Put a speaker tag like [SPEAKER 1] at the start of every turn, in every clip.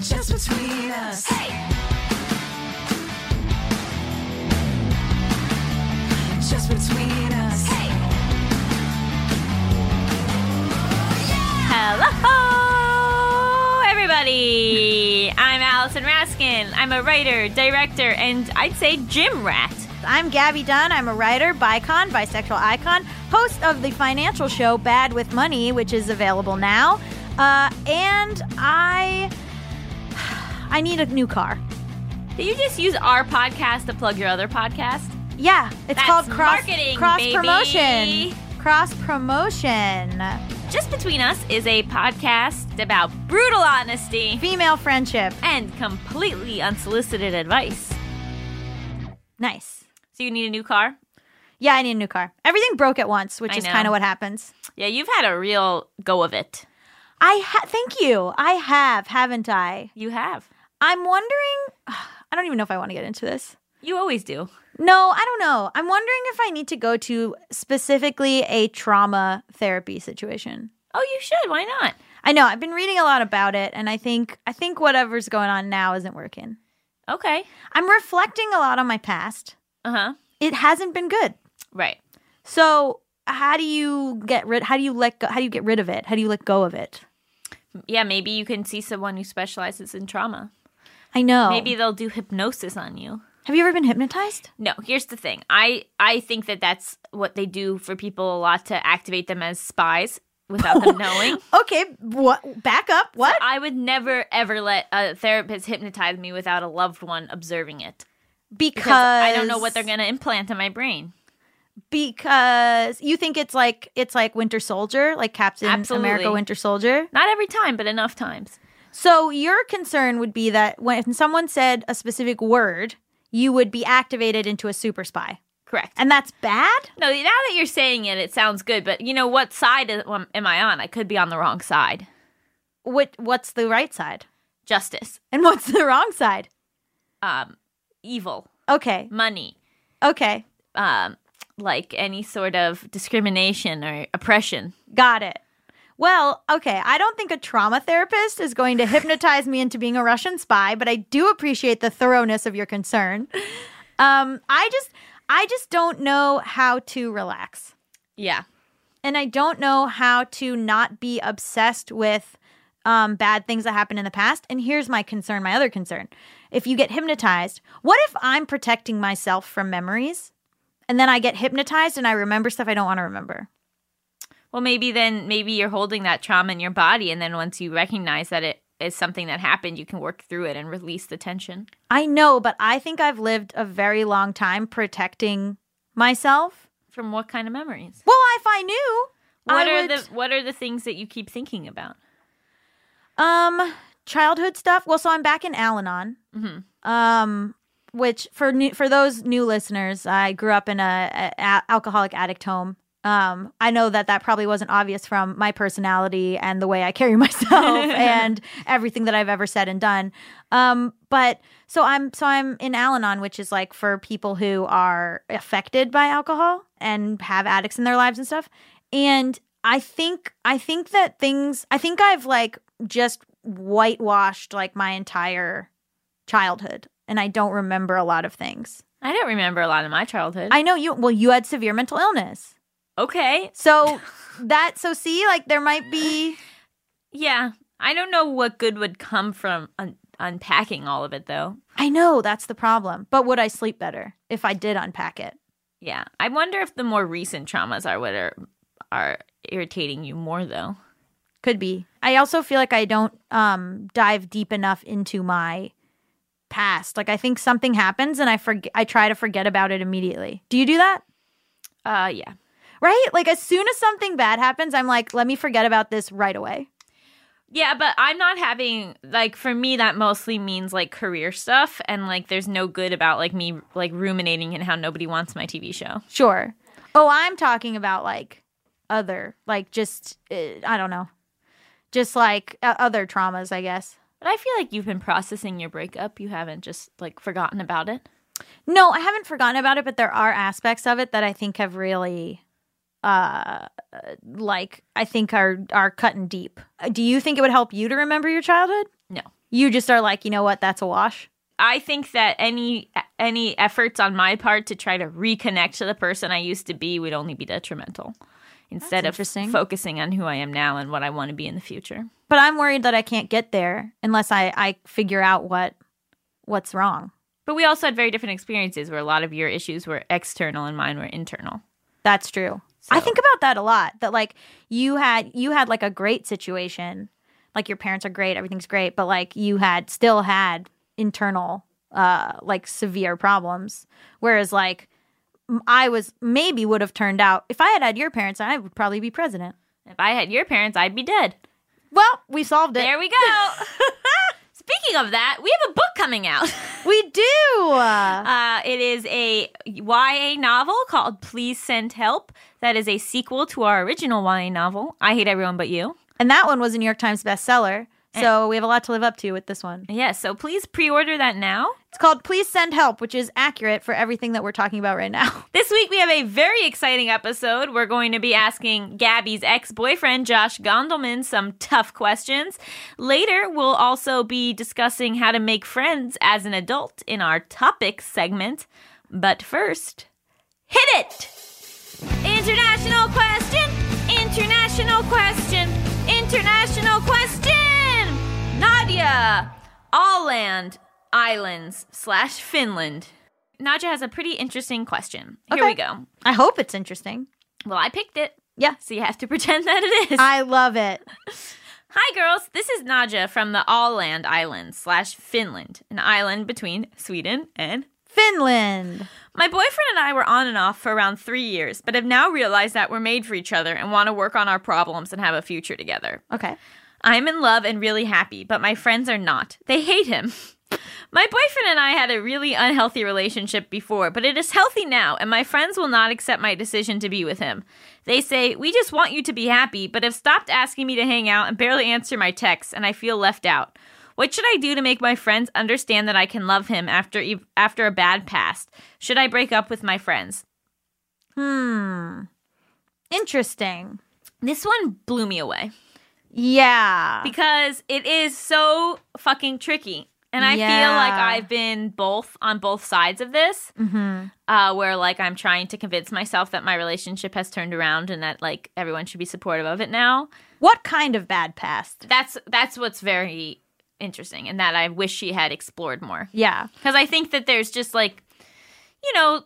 [SPEAKER 1] just between us. Just between us.
[SPEAKER 2] Hello, everybody. I'm Allison Raskin. I'm a writer, director, and I'd say gym rat.
[SPEAKER 3] I'm Gabby Dunn. I'm a writer, bicon, bisexual icon, host of the financial show Bad with Money, which is available now. Uh, and I, I need a new car.
[SPEAKER 2] Did you just use our podcast to plug your other podcast?
[SPEAKER 3] Yeah, it's
[SPEAKER 2] That's
[SPEAKER 3] called cross
[SPEAKER 2] marketing,
[SPEAKER 3] cross
[SPEAKER 2] baby.
[SPEAKER 3] promotion. Cross promotion.
[SPEAKER 2] Just Between Us is a podcast about brutal honesty
[SPEAKER 3] Female friendship.
[SPEAKER 2] and completely unsolicited advice.
[SPEAKER 3] Nice.
[SPEAKER 2] So you need a new car?
[SPEAKER 3] Yeah, I need a new car. Everything broke at once, which
[SPEAKER 2] I
[SPEAKER 3] is
[SPEAKER 2] know.
[SPEAKER 3] kind of what happens.
[SPEAKER 2] Yeah, you've had a real go of it.
[SPEAKER 3] I ha- thank you. I have, haven't I?
[SPEAKER 2] You have.
[SPEAKER 3] I'm wondering. I don't even know if I want to get into this.
[SPEAKER 2] You always do.
[SPEAKER 3] No, I don't know. I'm wondering if I need to go to specifically a trauma therapy situation.
[SPEAKER 2] Oh, you should. Why not?
[SPEAKER 3] I know I've been reading a lot about it and I think I think whatever's going on now isn't working.
[SPEAKER 2] Okay.
[SPEAKER 3] I'm reflecting a lot on my past.
[SPEAKER 2] Uh huh.
[SPEAKER 3] It hasn't been good.
[SPEAKER 2] Right.
[SPEAKER 3] So, how do you get rid how do you let go how do you get rid of it? How do you let go of it?
[SPEAKER 2] Yeah, maybe you can see someone who specializes in trauma.
[SPEAKER 3] I know.
[SPEAKER 2] Maybe they'll do hypnosis on you.
[SPEAKER 3] Have you ever been hypnotized?
[SPEAKER 2] No, here's the thing. I I think that that's what they do for people a lot to activate them as spies without them knowing.
[SPEAKER 3] Okay, what back up. What?
[SPEAKER 2] I would never ever let a therapist hypnotize me without a loved one observing it
[SPEAKER 3] because
[SPEAKER 2] because I don't know what they're going to implant in my brain.
[SPEAKER 3] because you think it's like it's like Winter Soldier, like Captain
[SPEAKER 2] Absolutely.
[SPEAKER 3] America Winter Soldier.
[SPEAKER 2] Not every time, but enough times.
[SPEAKER 3] So your concern would be that when someone said a specific word, you would be activated into a super spy.
[SPEAKER 2] Correct.
[SPEAKER 3] And that's bad?
[SPEAKER 2] No, now that you're saying it, it sounds good, but you know what side am am I on? I could be on the wrong side.
[SPEAKER 3] What what's the right side?
[SPEAKER 2] Justice,
[SPEAKER 3] And what's the wrong side?
[SPEAKER 2] um, evil,
[SPEAKER 3] Okay.
[SPEAKER 2] money,
[SPEAKER 3] Okay.
[SPEAKER 2] um, like any sort of discrimination or oppression.
[SPEAKER 3] Got it. Well, okay, I don't think a trauma therapist is going to hypnotize me into being a Russian spy, but I do appreciate the thoroughness of your concern. Um, I just I just don't know how to relax.
[SPEAKER 2] Yeah.
[SPEAKER 3] and I don't know how to not be obsessed with um, bad things that happened in the past. And here's my concern, my other concern. If you get hypnotized, what if I'm protecting myself from memories and then I get hypnotized and I remember stuff I don't want to remember?
[SPEAKER 2] Well, maybe then maybe you're holding that trauma in your body, and then once you recognize that it is something that happened, you can work through it and release the tension.
[SPEAKER 3] I know, but I think I've lived a very long time protecting myself.
[SPEAKER 2] From what kind of memories?
[SPEAKER 3] Well, if I knew,
[SPEAKER 2] What
[SPEAKER 3] I
[SPEAKER 2] are
[SPEAKER 3] would-
[SPEAKER 2] the What are the things that you keep thinking about?
[SPEAKER 3] Um, childhood stuff. Well, so I'm back in Al-Anon. Um, which for new, for those new listeners, I grew up in a, a, a- alcoholic addict home. Um, I know that that probably wasn't obvious from my personality and the way I carry myself and everything that I've ever said and done. Um, but so I'm so I'm in Al-Anon, which is like for people who are affected by alcohol and have addicts in their lives and stuff. And I think I think that things I think I've like just whitewashed like my entire childhood and I don't remember a lot of things.
[SPEAKER 2] I don't remember a lot of my childhood.
[SPEAKER 3] I know you well you had severe mental illness.
[SPEAKER 2] okay,
[SPEAKER 3] So that so see like there might be
[SPEAKER 2] yeah, I don't know what good would come from un- unpacking all of it, though.
[SPEAKER 3] I know that's the problem. But would I sleep better if I did unpack it?
[SPEAKER 2] Yeah, I wonder if the more recent traumas are what are are irritating you more, though.
[SPEAKER 3] Could be. I also feel like I don't um dive deep enough into my past. Like I think something happens and I forget I try to forget about it immediately. Do you do that?
[SPEAKER 2] Uh, yeah.
[SPEAKER 3] Right? Like as soon as something bad happens, I'm like, let me forget about this right away.
[SPEAKER 2] Yeah, but I'm not having like for me that mostly means like career stuff and like there's no good about like me like ruminating and how nobody wants my TV show.
[SPEAKER 3] Sure. Oh, I'm talking about like other, like just, uh, I don't know, just like uh, other traumas, I guess.
[SPEAKER 2] But I feel like you've been processing your breakup. You haven't just like forgotten about it.
[SPEAKER 3] No, I haven't forgotten about it, but there are aspects of it that I think have really, uh, like I think are are cutting deep. Uh, Do you think it would help you to remember your childhood?
[SPEAKER 2] No.
[SPEAKER 3] you just are like, you know what, that's a wash.
[SPEAKER 2] I think that any any efforts on my part to try to reconnect to the person I used to be would only be detrimental instead of
[SPEAKER 3] interesting.
[SPEAKER 2] focusing on who I am now and what I want to be in the future.
[SPEAKER 3] But I'm worried that I can't get there unless I I figure out what what's wrong.
[SPEAKER 2] But we also had very different experiences where a lot of your issues were external and mine were internal.
[SPEAKER 3] That's true. I think about that a lot. That like you had you had like a great situation. Like your parents are great, everything's great, but like you had still had internal uh like severe problems whereas like m- I was maybe would have turned out if I had had your parents, I would probably be president.
[SPEAKER 2] If I had your parents, I'd be dead.
[SPEAKER 3] Well, we solved it.
[SPEAKER 2] There we go. Speaking of that, we have a book coming out.
[SPEAKER 3] we do. Uh,
[SPEAKER 2] Uh, it is a YA novel called Please Send Help. That is a sequel to our original YA novel, I Hate Everyone But You.
[SPEAKER 3] And that one was a New York Times bestseller. So we have a lot to live up to with this one.
[SPEAKER 2] Yes, so please pre order that now.
[SPEAKER 3] It's called Please Send Help, which is accurate for everything that we're talking about right now.
[SPEAKER 2] This week we have a very exciting episode. We're going to be asking Gabby's ex boyfriend, Josh Gondelman, some tough questions. Later, we'll also be discussing how to make friends as an adult in our topic segment. But first, hit it! International question! International question! International question! Nadia! Åland Islands slash Finland. Nadia has a pretty interesting question. Here
[SPEAKER 3] Okay.
[SPEAKER 2] we go.
[SPEAKER 3] I hope it's interesting.
[SPEAKER 2] Well, I picked it,
[SPEAKER 3] Yeah.
[SPEAKER 2] so you have to pretend that it is.
[SPEAKER 3] I love it.
[SPEAKER 2] Hi, girls. This is Nadia from the Åland Islands slash Finland, an island between Sweden and
[SPEAKER 3] Finland.
[SPEAKER 2] my boyfriend and I were on and off for around three years, but have now realized that we're made for each other and want to work on our problems and have a future together.
[SPEAKER 3] Okay.
[SPEAKER 2] I'm in love and really happy, but my friends are not. They hate him. My boyfriend and I had a really unhealthy relationship before, but it is healthy now, and my friends will not accept my decision to be with him. They say, We just want you to be happy, but have stopped asking me to hang out and barely answer my texts, and I feel left out. What should I do to make my friends understand that I can love him after, ev- after a bad past? Should I break up with my friends?
[SPEAKER 3] Interesting.
[SPEAKER 2] This one blew me away.
[SPEAKER 3] Yeah.
[SPEAKER 2] because it is so fucking tricky. And I feel
[SPEAKER 3] Yeah. Mm-hmm.
[SPEAKER 2] like I've been both on both sides of this, uh, where like I'm trying to convince myself that my relationship has turned around and that like everyone should be supportive of it now.
[SPEAKER 3] What kind of bad past?
[SPEAKER 2] That's that's what's very interesting, and that I wish she had explored more
[SPEAKER 3] Yeah.
[SPEAKER 2] because I think that there's just like, you know,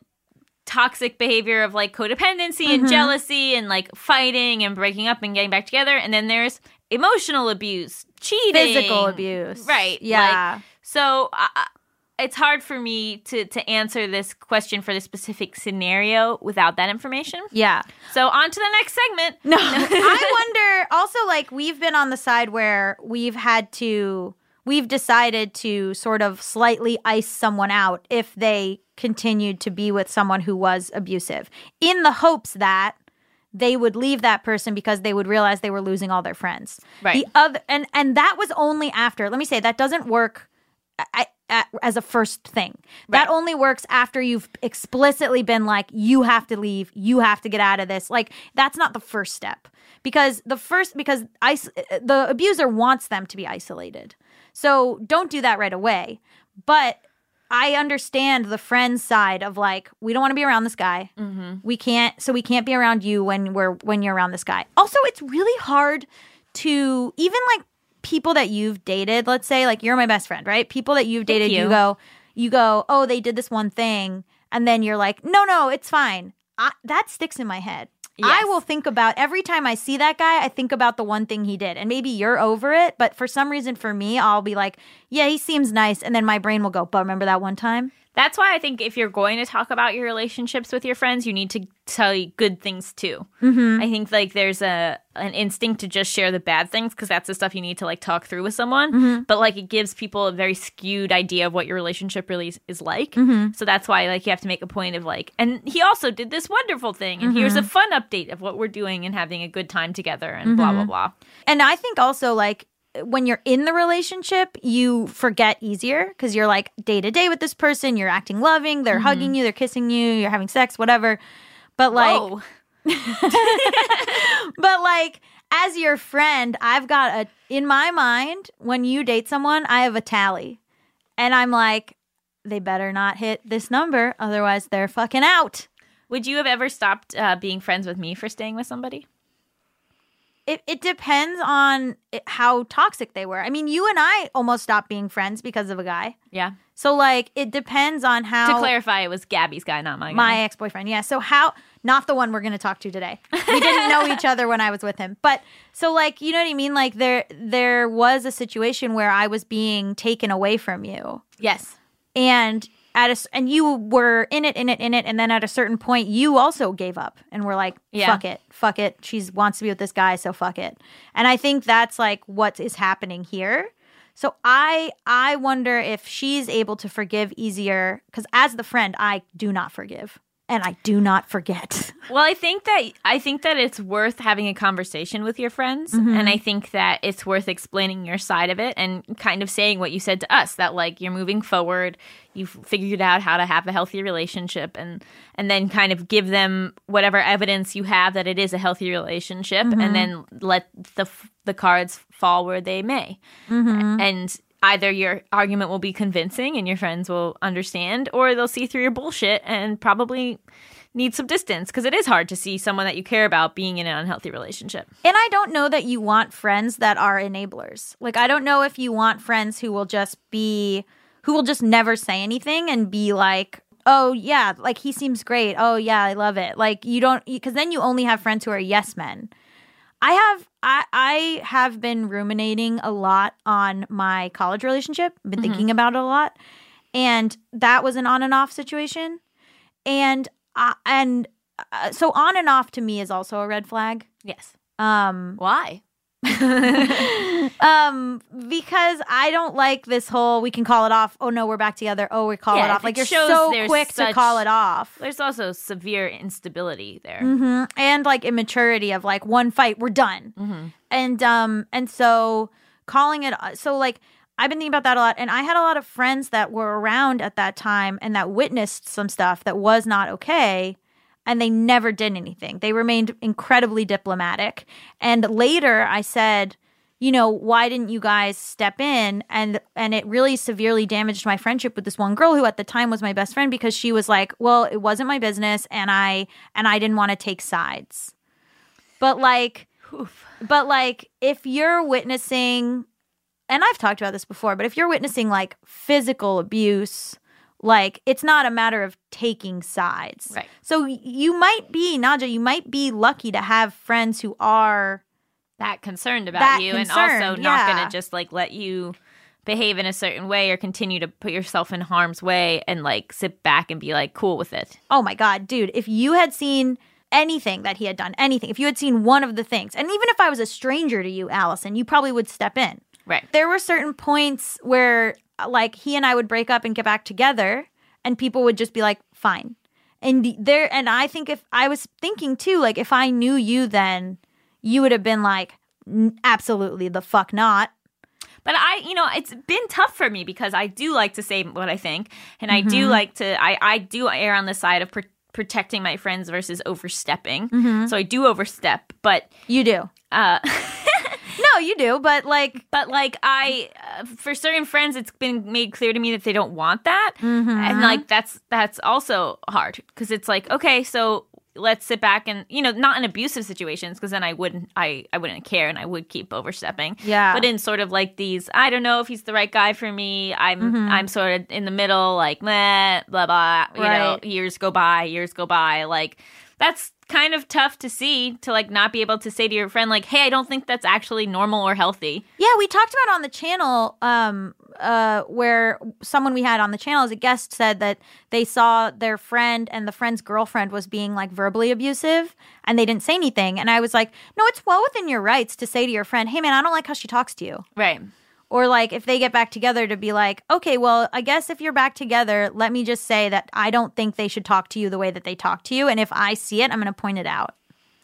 [SPEAKER 2] toxic behavior of like codependency
[SPEAKER 3] Mm-hmm.
[SPEAKER 2] and jealousy and like fighting and breaking up and getting back together, and then there's emotional abuse, cheating,
[SPEAKER 3] Physical abuse.
[SPEAKER 2] right?
[SPEAKER 3] Yeah.
[SPEAKER 2] like- so I I- it's hard for me to to answer this question for this specific scenario without that information.
[SPEAKER 3] yeah.
[SPEAKER 2] So on to the next segment.
[SPEAKER 3] No. I wonder also like we've been on the side where we've had to we've decided to sort of slightly ice someone out if they continued to be with someone who was abusive in the hopes that they would leave that person because they would realize they were losing all their friends.
[SPEAKER 2] Right.
[SPEAKER 3] The other and and that was only after. Let me say that doesn't work I, I, as a first thing. That
[SPEAKER 2] Right.
[SPEAKER 3] only works after you've explicitly been like, you have to leave, you have to get out of this. Like, that's not the first step. Because the first, because is- the abuser wants them to be isolated. So don't do that right away. But I understand the friend side of like, we don't want to be around this guy.
[SPEAKER 2] Mm-hmm.
[SPEAKER 3] We can't, so we can't be around you when we're, when you're around this guy. Also, it's really hard to even like people that you've dated, let's say, like you're my best friend, right? People that you've dated, you.
[SPEAKER 2] you.
[SPEAKER 3] go, you go, oh, they did this one thing, and then you're like, no, no, it's fine. I, that sticks in my head. I
[SPEAKER 2] Yes.
[SPEAKER 3] will think about every time I see that guy, I think about the one thing he did. And maybe you're over it, but for some reason for me, I'll be like, yeah, he seems nice. And then my brain will go, but remember that one time?
[SPEAKER 2] That's why I think if you're going to talk about your relationships with your friends, you need to tell you good things too. I think like there's a an instinct to just share the bad things because that's the stuff you need to like talk through with someone. But like it gives people a very skewed idea of what your relationship really is, is like. So that's why like you have to make a point of like, and he also did this wonderful thing, and here's a fun update of what we're doing and having a good time together, and blah blah blah.
[SPEAKER 3] And I think also like when you're in the relationship, you forget easier because you're like day to day with this person. You're acting loving. They're hugging you. They're kissing you. You're having sex. Whatever. But like,
[SPEAKER 2] Whoa.
[SPEAKER 3] but like as your friend, I've got a in my mind when you date someone, I have a tally, and I'm like, they better not hit this number, otherwise they're fucking out.
[SPEAKER 2] Would you have ever stopped uh, being friends with me for staying with somebody?
[SPEAKER 3] It it depends on it, how toxic they were. I mean, you and I almost stopped being friends because of a guy.
[SPEAKER 2] Yeah.
[SPEAKER 3] So like, it depends on how
[SPEAKER 2] To clarify, it was Gabby's guy, not my guy.
[SPEAKER 3] my ex boyfriend. Yeah. So how not the one we're gonna talk to today. We didn't know each other when I was with him. But so like you know what I mean? Like there there was a situation where I was being taken away from you.
[SPEAKER 2] yes.
[SPEAKER 3] And at a, s- and you were in it, in it, in it, and then at a certain point, you also gave up and were like,
[SPEAKER 2] Yeah.
[SPEAKER 3] "Fuck it, fuck it." She wants to be with this guy, so fuck it. And I think that's like what is happening here. So I I wonder if she's able to forgive easier because as the friend, I do not forgive and I do not forget.
[SPEAKER 2] Well, I think that I think that it's worth having a conversation with your friends, and I think that it's worth explaining your side of it and kind of saying what you said to us that like you're moving forward, you've figured out how to have a healthy relationship, and and then kind of give them whatever evidence you have that it is a healthy relationship, and then let the f- the cards fall where they may, and. Either your argument will be convincing and your friends will understand, or they'll see through your bullshit and probably need some distance because it is hard to see someone that you care about being in an unhealthy relationship.
[SPEAKER 3] And I don't know that you want friends that are enablers. Like I don't know if you want friends who will just be who will just never say anything and be like, "Oh yeah, like he seems great. Oh yeah, I love it." Like you don't cuz then you only have friends who are yes men. I have I I have been ruminating a lot on my college relationship, been thinking about it a lot. And that was an on and off situation. And uh, and uh, so on and off to me is also a red flag.
[SPEAKER 2] Yes.
[SPEAKER 3] Um
[SPEAKER 2] Why?
[SPEAKER 3] um, because I don't like this whole we can call it off. Oh no, we're back together. Oh, we call
[SPEAKER 2] Yeah,
[SPEAKER 3] it
[SPEAKER 2] if
[SPEAKER 3] off. Like
[SPEAKER 2] it
[SPEAKER 3] you're
[SPEAKER 2] shows
[SPEAKER 3] so
[SPEAKER 2] there's
[SPEAKER 3] quick to
[SPEAKER 2] such-
[SPEAKER 3] call it off.
[SPEAKER 2] There's also severe instability there.
[SPEAKER 3] hmm And like immaturity of like one fight, we're done.
[SPEAKER 2] Mm-hmm.
[SPEAKER 3] And um, and so calling it uh, so like I've been thinking about that a lot. And I had a lot of friends that were around at that time and that witnessed some stuff that was not okay. And they never did anything. They remained incredibly diplomatic. And later I said, you know why didn't you guys step in and and it really severely damaged my friendship with this one girl who at the time was my best friend because she was like well it wasn't my business and i and i didn't want to take sides but like but like if you're witnessing and i've talked about this before but if you're witnessing like physical abuse like it's not a matter of taking sides
[SPEAKER 2] Right.
[SPEAKER 3] so y- you might be naja you might be lucky to have friends who are
[SPEAKER 2] That concerned about
[SPEAKER 3] That
[SPEAKER 2] you and also
[SPEAKER 3] concerned,
[SPEAKER 2] not going
[SPEAKER 3] yeah.
[SPEAKER 2] to just like let you behave in a certain way or continue to put yourself in harm's way and like sit back and be like cool with it.
[SPEAKER 3] Oh my God, dude, if you had seen anything that he had done, anything, if you had seen one of the things, and even if I was a stranger to you, Allison, you probably would step in.
[SPEAKER 2] Right.
[SPEAKER 3] There were certain points where, uh, like, he and I would break up and get back together, and people would just be like, fine. And the- there, and I think if I was thinking too, like, if I knew you then, you would have been like, "N- absolutely the fuck not.
[SPEAKER 2] But I, you know, it's been tough for me because I do like to say what I think, and I do like to, I, I do err on the side of pr- protecting my friends versus overstepping. So I do overstep, but
[SPEAKER 3] You do.
[SPEAKER 2] uh,
[SPEAKER 3] No, you do, but like,
[SPEAKER 2] But like I, uh, for certain friends, it's been made clear to me that they don't want that,
[SPEAKER 3] Mm-hmm.
[SPEAKER 2] and like that's that's also hard because it's like okay, so let's sit back and you know not in abusive situations because then I wouldn't I I wouldn't care and I would keep overstepping.
[SPEAKER 3] Yeah.
[SPEAKER 2] but in sort of like these, I don't know if he's the right guy for me. I'm
[SPEAKER 3] Mm-hmm.
[SPEAKER 2] I'm sort of in the middle, like meh, blah blah. You know,
[SPEAKER 3] Right.
[SPEAKER 2] years go by, years go by, like. That's kind of tough to see to like not be able to say to your friend like, "Hey, I don't think that's actually normal or healthy."
[SPEAKER 3] Yeah, we talked about it on the channel um, uh, where someone we had on the channel as a guest said that they saw their friend and the friend's girlfriend was being like verbally abusive and they didn't say anything. And I was like, no, it's well within your rights to say to your friend, hey, man, I don't like how she talks to you.
[SPEAKER 2] Right.
[SPEAKER 3] Or like if they get back together to be like, okay, well, I guess if you're back together, let me just say that I don't think they should talk to you the way that they talk to you. And if I see it, I'm going to point it out.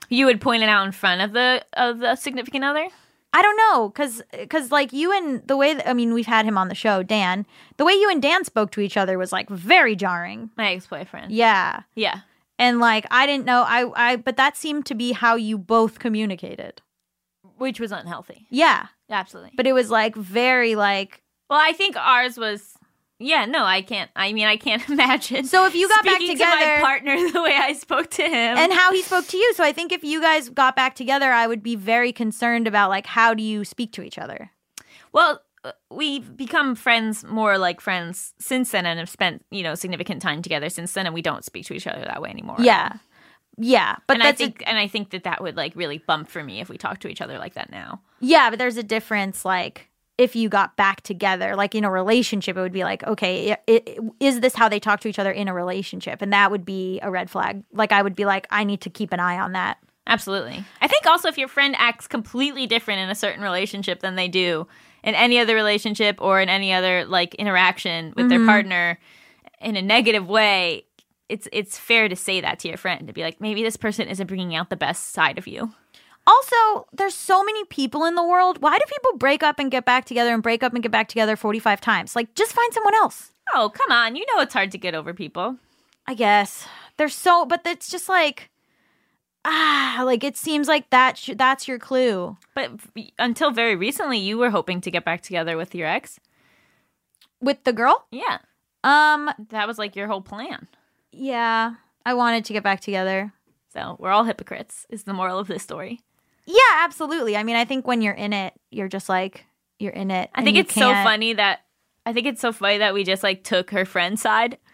[SPEAKER 2] You would point it out in front of the of the significant other.
[SPEAKER 3] I don't know, cause, 'cause, like you and the way that, I mean, we've had him on the show, Dan. The way you and Dan spoke to each other was like very jarring.
[SPEAKER 2] My ex boyfriend.
[SPEAKER 3] Yeah,
[SPEAKER 2] Yeah.
[SPEAKER 3] and like I didn't know, I, I, but that seemed to be how you both communicated.
[SPEAKER 4] which was unhealthy.
[SPEAKER 3] Yeah,
[SPEAKER 4] Absolutely.
[SPEAKER 3] but it was like very like.
[SPEAKER 4] Well, I think ours was. Yeah, no, I can't. I mean, I can't imagine.
[SPEAKER 3] So if you got back
[SPEAKER 4] speaking to
[SPEAKER 3] together-
[SPEAKER 4] my partner the way I spoke to him,
[SPEAKER 3] And how he spoke to you. So I think if you guys got back together, I would be very concerned about like how do you speak to each other.
[SPEAKER 4] well, uh, we've become friends more like friends since then, and have spent you know significant time together since then, and we don't speak to each other that way anymore.
[SPEAKER 3] Yeah, yeah. But
[SPEAKER 4] and I
[SPEAKER 3] that's a-
[SPEAKER 4] think and I think that that would like really bump for me if we talk to each other like that now.
[SPEAKER 3] Yeah, but there's a difference. Like, if you got back together, like in a relationship, it would be like, okay, i- i- is this how they talk to each other in a relationship? And that would be a red flag. Like, I would be like, I need to keep an eye on that.
[SPEAKER 4] Absolutely. I think also if your friend acts completely different in a certain relationship than they do in any other relationship or in any other like interaction with their
[SPEAKER 3] Mm-hmm.
[SPEAKER 4] partner in a negative way, it's it's fair to say that to your friend to be like maybe this person isn't bringing out the best side of you.
[SPEAKER 3] Also, there's so many people in the world. Why do people break up and get back together and break up and get back together 45 times? Like, just find someone else,
[SPEAKER 4] Oh, come on. You know it's hard to get over people.
[SPEAKER 3] I guess. There's so, but it's just like, ah, like it seems like that sh- that's your clue.
[SPEAKER 4] But v- until very recently you were hoping to get back together with your ex.
[SPEAKER 3] With the girl?
[SPEAKER 4] Yeah.
[SPEAKER 3] Um,
[SPEAKER 4] That was like your whole plan.
[SPEAKER 3] yeah, I wanted to get back together.
[SPEAKER 4] So we're all hypocrites, is the moral of this story.
[SPEAKER 3] Yeah, absolutely. I mean, I think when you're in it, you're just like you're in it.
[SPEAKER 4] I
[SPEAKER 3] and
[SPEAKER 4] think
[SPEAKER 3] you
[SPEAKER 4] it's so
[SPEAKER 3] can't-
[SPEAKER 4] funny that I think it's so funny that we just like took her friend's side.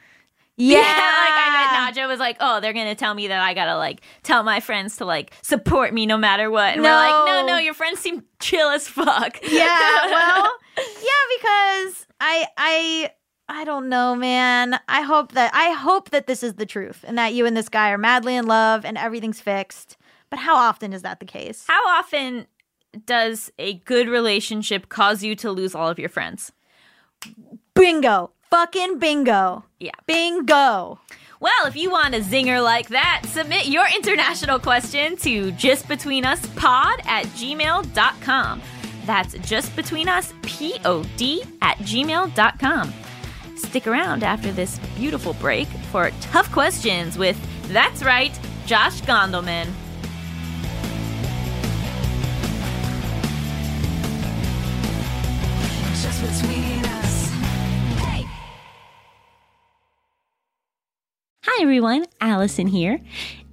[SPEAKER 3] Yeah,
[SPEAKER 4] like I bet Naja was like, "Oh, they're gonna tell me that I gotta like tell my friends to like support me no matter what." And we're like, "No,
[SPEAKER 3] No.
[SPEAKER 4] no, your friends seem chill as fuck."
[SPEAKER 3] yeah. Well, yeah, because I, I, I don't know, man. I hope that I hope that this is the truth and that you and this guy are madly in love and everything's fixed. But how often is that the case?
[SPEAKER 4] how often does a good relationship cause you to lose all of your friends?
[SPEAKER 3] Bingo, fucking bingo,
[SPEAKER 4] Yeah.
[SPEAKER 3] bingo.
[SPEAKER 4] Well, if you want a zinger like that, submit your international question to justbetweenuspod at gmail.com. That's justbetweenuspod at gmail.com. Stick around after this beautiful break for tough questions with That's Right, Josh Gondelman.
[SPEAKER 1] Just between us. Hey.
[SPEAKER 2] Hi everyone, Allison here.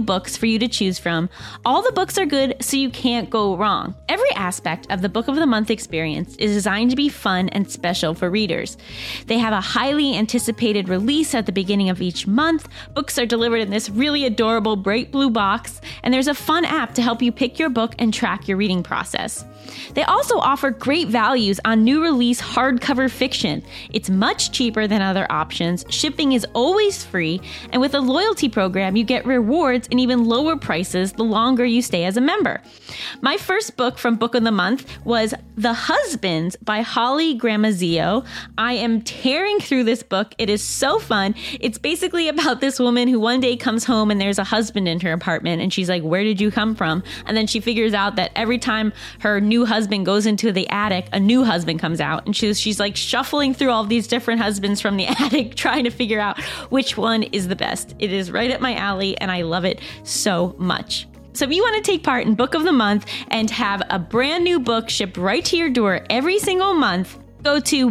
[SPEAKER 2] books for you to choose from. All the books are good, so you can't go wrong. Every aspect of the Book of the Month experience is designed to be fun and special for readers. They have a highly anticipated release at the beginning of each month. Books are delivered in this really adorable bright blue box, and there's a fun app to help you pick your book and track your reading process. They also offer great values on new release hardcover fiction. It's much cheaper than other options. Shipping is always free, and with a loyalty program, you get rewards and even lower prices the longer you stay as a member. My first book from Book of the Month was The Husbands by Holly Gramazio. I am tearing through this book. It is so fun. It's basically about this woman who one day comes home and there's a husband in her apartment, and she's like, Where did you come from? And then she figures out that every time her new husband goes into the attic, a new husband comes out, and she's she's like shuffling through all these different husbands from the attic, trying to figure out which one is the best. It is right up my alley, and I love it so much. So, if you want to take part in Book of the Month and have a brand new book shipped right to your door every single month, go to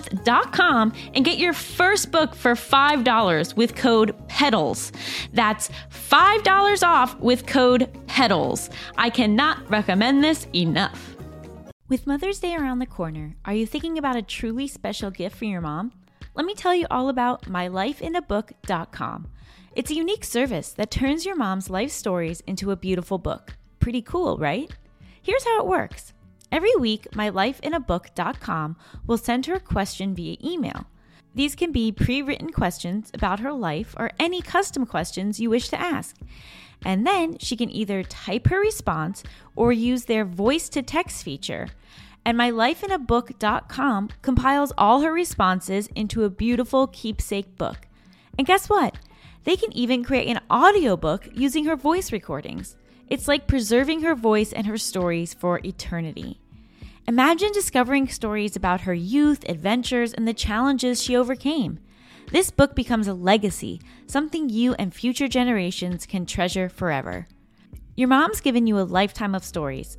[SPEAKER 2] bookofthemonth.com and get your first book for $5 with code E PEDALS. That's $5 off with code E PEDALS. I cannot recommend this enough. With Mother's Day around the corner, are you thinking about a truly special gift for your mom? Let me tell you all about mylifeinabook.com. It's a unique service that turns your mom's life stories into a beautiful book. Pretty cool, right? Here's how it works. Every week, mylifeinabook.com will send her a question via email. These can be pre written questions about her life or any custom questions you wish to ask. And then she can either type her response or use their voice to text feature. And mylifeinabook.com compiles all her responses into a beautiful keepsake book. And guess what? They can even create an audiobook using her voice recordings. It's like preserving her voice and her stories for eternity. Imagine discovering stories about her youth, adventures, and the challenges she overcame. This book becomes a legacy, something you and future generations can treasure forever. Your mom's given you a lifetime of stories.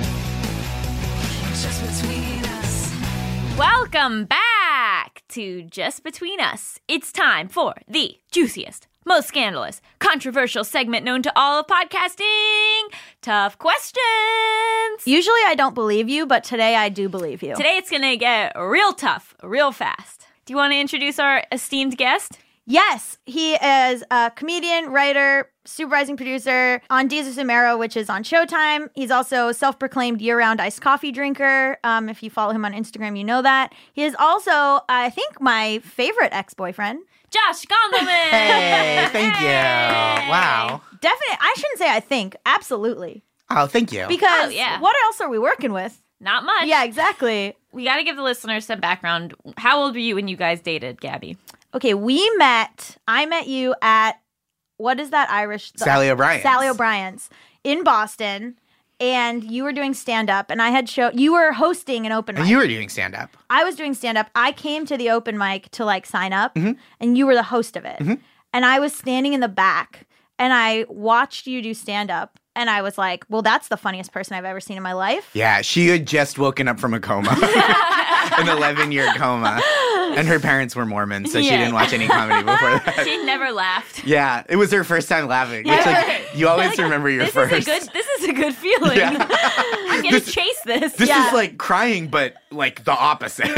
[SPEAKER 1] Just between us.
[SPEAKER 2] Welcome back to Just Between Us. It's time for the juiciest, most scandalous, controversial segment known to all of podcasting Tough Questions.
[SPEAKER 3] Usually I don't believe you, but today I do believe you.
[SPEAKER 2] Today it's going to get real tough, real fast. Do you want to introduce our esteemed guest?
[SPEAKER 3] Yes, he is a comedian, writer, supervising producer on Jesus Amaro, which is on Showtime. He's also self-proclaimed year-round iced coffee drinker. Um, if you follow him on Instagram, you know that. He is also, I think, my favorite ex-boyfriend.
[SPEAKER 2] Josh Gondelman.
[SPEAKER 5] Hey, thank you. Wow.
[SPEAKER 3] Definitely, I shouldn't say I think. Absolutely,
[SPEAKER 5] Oh, thank you.
[SPEAKER 3] because
[SPEAKER 2] Oh, yeah.
[SPEAKER 3] what else are we working with?
[SPEAKER 2] Not much.
[SPEAKER 3] Yeah, exactly.
[SPEAKER 2] We got to give the listeners some background. How old were you when you guys dated, Gabby?
[SPEAKER 3] Okay, we met. I met you at what is that Irish? the-
[SPEAKER 5] Sally O'Brien.
[SPEAKER 3] Sally O'Brien's in Boston, and you were doing stand up, and I had show. You were hosting an open mic.
[SPEAKER 5] And you were doing stand up.
[SPEAKER 3] I was doing stand up. I came to the open mic to like sign up,
[SPEAKER 5] Mm-hmm.
[SPEAKER 3] and you were the host of it. And I was standing in the back, and I watched you do stand up, and I was like, "Well, that's the funniest person I've ever seen in my life."
[SPEAKER 5] Yeah, she had just woken up from a coma, an 11 year coma. And her parents were Mormon, so she
[SPEAKER 2] Yeah.
[SPEAKER 5] didn't watch any comedy before that.
[SPEAKER 2] She never laughed.
[SPEAKER 5] Yeah, it was her first time laughing. Which, like, you always remember your
[SPEAKER 2] This
[SPEAKER 5] first.
[SPEAKER 2] is a good. This is a good feeling.
[SPEAKER 5] Yeah.
[SPEAKER 2] I'm gonna
[SPEAKER 5] This-
[SPEAKER 2] chase this.
[SPEAKER 5] This
[SPEAKER 3] Yeah.
[SPEAKER 5] is like crying, but like the opposite.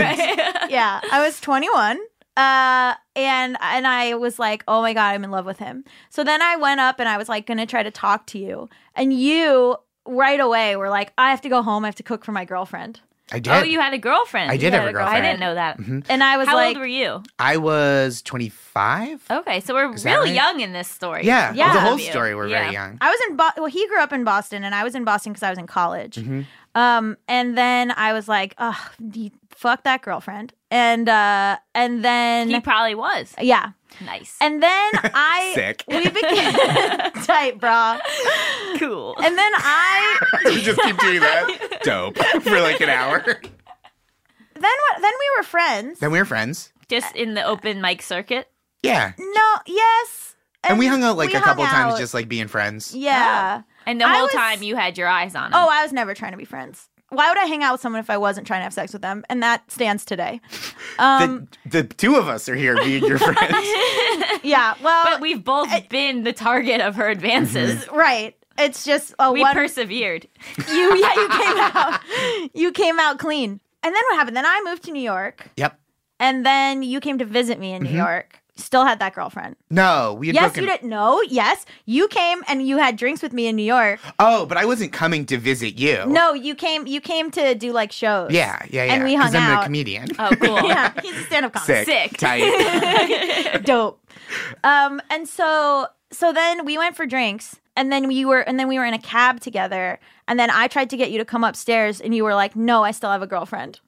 [SPEAKER 3] yeah, I was 21. Uh, and and I was like, oh my god, I'm in love with him. So then I went up and I was like, gonna try to talk to you, and you right away were like, I have to go home. I have to cook for my girlfriend.
[SPEAKER 5] I did.
[SPEAKER 2] Oh, you had a girlfriend.
[SPEAKER 5] I did
[SPEAKER 2] You
[SPEAKER 5] have
[SPEAKER 2] had
[SPEAKER 5] a
[SPEAKER 2] I
[SPEAKER 5] girlfriend. Mm-hmm.
[SPEAKER 2] didn't know that.
[SPEAKER 3] And I was
[SPEAKER 2] How old
[SPEAKER 3] like,
[SPEAKER 2] were you?
[SPEAKER 5] I was 25.
[SPEAKER 2] Okay, so we're
[SPEAKER 5] Is that
[SPEAKER 2] real
[SPEAKER 5] right?
[SPEAKER 2] young in this story.
[SPEAKER 5] Yeah,
[SPEAKER 3] Yeah.
[SPEAKER 5] the whole
[SPEAKER 2] Of you.
[SPEAKER 5] story. We're
[SPEAKER 2] Yeah.
[SPEAKER 5] very young.
[SPEAKER 3] I was in Bo- well, he grew up in Boston, and I was in Boston because I was in college.
[SPEAKER 2] Mm-hmm.
[SPEAKER 3] Um, and then I was like, oh, fuck that girlfriend. And uh, and then
[SPEAKER 2] He probably was.
[SPEAKER 3] yeah,
[SPEAKER 2] Nice.
[SPEAKER 3] and then I
[SPEAKER 5] Sick.
[SPEAKER 3] we became tight, bra.
[SPEAKER 2] cool.
[SPEAKER 3] And then I
[SPEAKER 5] we just keep doing that. Dope. For like an hour.
[SPEAKER 3] then what? Then we were friends.
[SPEAKER 5] Then we were friends.
[SPEAKER 2] Just in the open mic circuit.
[SPEAKER 5] Yeah.
[SPEAKER 3] No, yes.
[SPEAKER 5] And, we hung out like
[SPEAKER 3] we
[SPEAKER 5] a couple
[SPEAKER 3] hung
[SPEAKER 5] times
[SPEAKER 3] out.
[SPEAKER 5] just like being friends.
[SPEAKER 3] Yeah.
[SPEAKER 2] And the
[SPEAKER 3] I
[SPEAKER 2] whole
[SPEAKER 3] was-
[SPEAKER 2] time you had your eyes on him.
[SPEAKER 3] Oh, I was never trying to be friends. Why would I hang out with someone if I wasn't trying to have sex with them? And that stands today. Um,
[SPEAKER 5] the, the two of us are here being your friends.
[SPEAKER 3] yeah. Well,
[SPEAKER 2] but we've both been the target of her advances.
[SPEAKER 3] right. It's just a
[SPEAKER 2] We
[SPEAKER 3] one.
[SPEAKER 2] persevered.
[SPEAKER 3] you, yeah, you came out. You came out clean. And then what happened? Then I moved to New York,
[SPEAKER 5] yep.
[SPEAKER 3] and then you came to visit me in New York. Still had that girlfriend.
[SPEAKER 5] No, we had
[SPEAKER 3] yes,
[SPEAKER 5] Mm-hmm. broken.
[SPEAKER 3] you didn't. No, yes, you came and you had drinks with me in New York.
[SPEAKER 5] Oh, but I wasn't coming to visit you.
[SPEAKER 3] No, you came. You came to do like shows.
[SPEAKER 5] Oh. Yeah, yeah, yeah.
[SPEAKER 3] And we hung
[SPEAKER 5] Because I'm
[SPEAKER 3] out.
[SPEAKER 5] a comedian.
[SPEAKER 2] Oh, cool.
[SPEAKER 3] yeah, he's a stand-up comic.
[SPEAKER 5] Sick.
[SPEAKER 2] sick.
[SPEAKER 5] Tight.
[SPEAKER 3] dope. Um, and so so then we went for drinks, and then we were and then we were in a cab together, and then I tried to get you to come upstairs, and you were like, "No, I still have a girlfriend."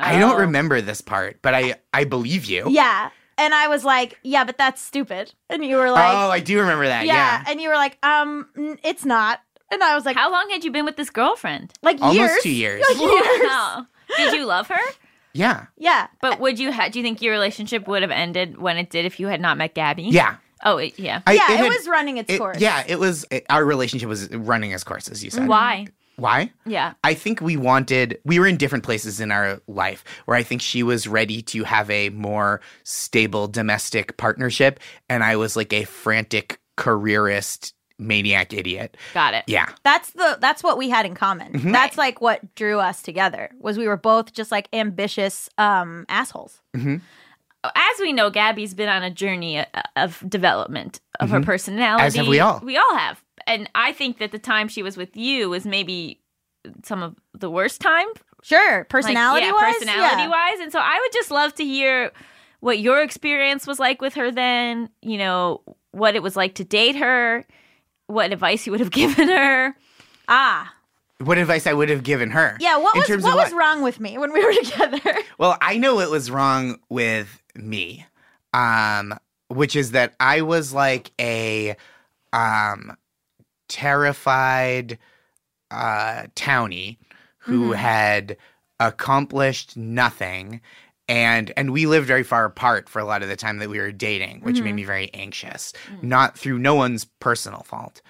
[SPEAKER 5] I don't
[SPEAKER 2] Oh.
[SPEAKER 5] remember this part, but I I believe you.
[SPEAKER 3] Yeah, and I was like, yeah, but that's stupid. And you were like,
[SPEAKER 5] oh, I do remember that.
[SPEAKER 3] yeah.
[SPEAKER 5] Yeah.
[SPEAKER 3] and you were like, um, n- it's not. And I was like,
[SPEAKER 2] How long had you been with this girlfriend?
[SPEAKER 3] like
[SPEAKER 5] Almost
[SPEAKER 3] years,
[SPEAKER 5] two years.
[SPEAKER 3] like years.
[SPEAKER 2] Wow. Did you love her?
[SPEAKER 5] Yeah.
[SPEAKER 3] Yeah,
[SPEAKER 2] But would you ha- do you think your relationship would have ended when it did if you had not met Gabby?
[SPEAKER 5] Yeah.
[SPEAKER 2] Oh, it, yeah.
[SPEAKER 5] I,
[SPEAKER 3] yeah, it,
[SPEAKER 5] had-
[SPEAKER 3] was running its
[SPEAKER 5] it-
[SPEAKER 3] course.
[SPEAKER 5] Yeah, it was. It, our relationship was running its course, as you said.
[SPEAKER 2] Why?
[SPEAKER 5] Why?
[SPEAKER 2] Yeah.
[SPEAKER 5] I think we wanted, we were in different places in our life where I think she was ready to have a more stable domestic partnership. And I was like a frantic careerist maniac idiot.
[SPEAKER 2] Got it.
[SPEAKER 5] Yeah.
[SPEAKER 3] that's the that's what we had in common.
[SPEAKER 5] Mm-hmm.
[SPEAKER 3] That's like what drew us together was we were both just like ambitious um assholes.
[SPEAKER 2] As we know, Gabby's been on a journey uh, of development of her personality.
[SPEAKER 5] Mm-hmm. As have we all.
[SPEAKER 2] We all have. And I think that the time she was with you was maybe some of the worst time
[SPEAKER 3] Sure,
[SPEAKER 2] Like,
[SPEAKER 3] personality
[SPEAKER 2] yeah,
[SPEAKER 3] wise,
[SPEAKER 2] personality
[SPEAKER 3] yeah.
[SPEAKER 2] wise. And so I would just love to hear what your experience was like with her then, you know, what it was like to date her, what advice you would have given her.
[SPEAKER 3] Ah,
[SPEAKER 5] What advice I would have given her?
[SPEAKER 3] yeah. What
[SPEAKER 5] in
[SPEAKER 3] was
[SPEAKER 5] terms
[SPEAKER 3] what,
[SPEAKER 5] of
[SPEAKER 3] was wrong with me when we were together?
[SPEAKER 5] Well, I know what was wrong with me, um, which is that I was like a um, terrified uh, townie who had accomplished nothing. And and we lived very far apart for a lot of the time that we were dating, which made me very anxious. Not through no one's personal fault.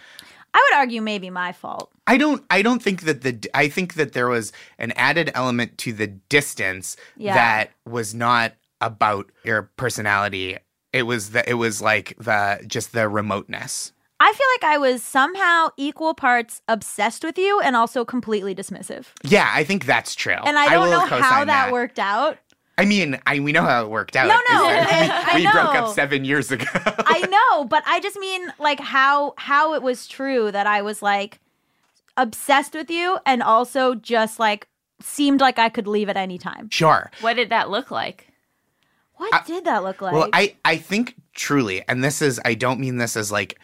[SPEAKER 3] I would argue maybe my fault.
[SPEAKER 5] I don't I don't think that the I think that there was an added element to the distance
[SPEAKER 3] Yeah.
[SPEAKER 5] that was not about your personality. It was the it was like the just the remoteness.
[SPEAKER 3] I feel like I was somehow equal parts obsessed with you and also completely dismissive.
[SPEAKER 5] Yeah, Oh, I think that's true.
[SPEAKER 3] And I don't
[SPEAKER 5] will
[SPEAKER 3] know how
[SPEAKER 5] co-sign
[SPEAKER 3] that, worked out.
[SPEAKER 5] I mean, I we know how it worked out.
[SPEAKER 3] No, no,
[SPEAKER 5] It's
[SPEAKER 3] I-
[SPEAKER 5] that
[SPEAKER 3] I
[SPEAKER 5] we, we broke
[SPEAKER 3] know.
[SPEAKER 5] up seven years ago.
[SPEAKER 3] I know, but I just mean like how how it was true that I was like obsessed with you and also just like seemed like I could leave at any time.
[SPEAKER 5] sure.
[SPEAKER 2] What did that look like?
[SPEAKER 3] What did that look like?
[SPEAKER 5] Well, I I think truly, and this is I don't mean this as like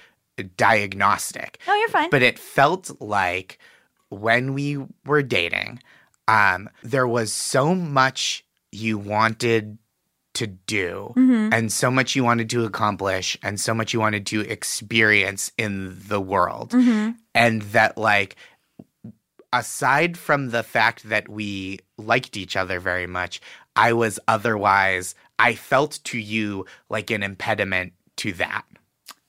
[SPEAKER 5] diagnostic.
[SPEAKER 3] no, you're fine.
[SPEAKER 5] but it felt like when we were dating um there was so much you wanted to do
[SPEAKER 3] Mm-hmm.
[SPEAKER 2] Mm-hmm.
[SPEAKER 5] and so much you wanted to accomplish and so much you wanted to experience in the world
[SPEAKER 2] Mm-hmm.
[SPEAKER 3] Mm-hmm.
[SPEAKER 5] and that like aside from the fact that we liked each other very much i was otherwise i felt to you like an impediment to that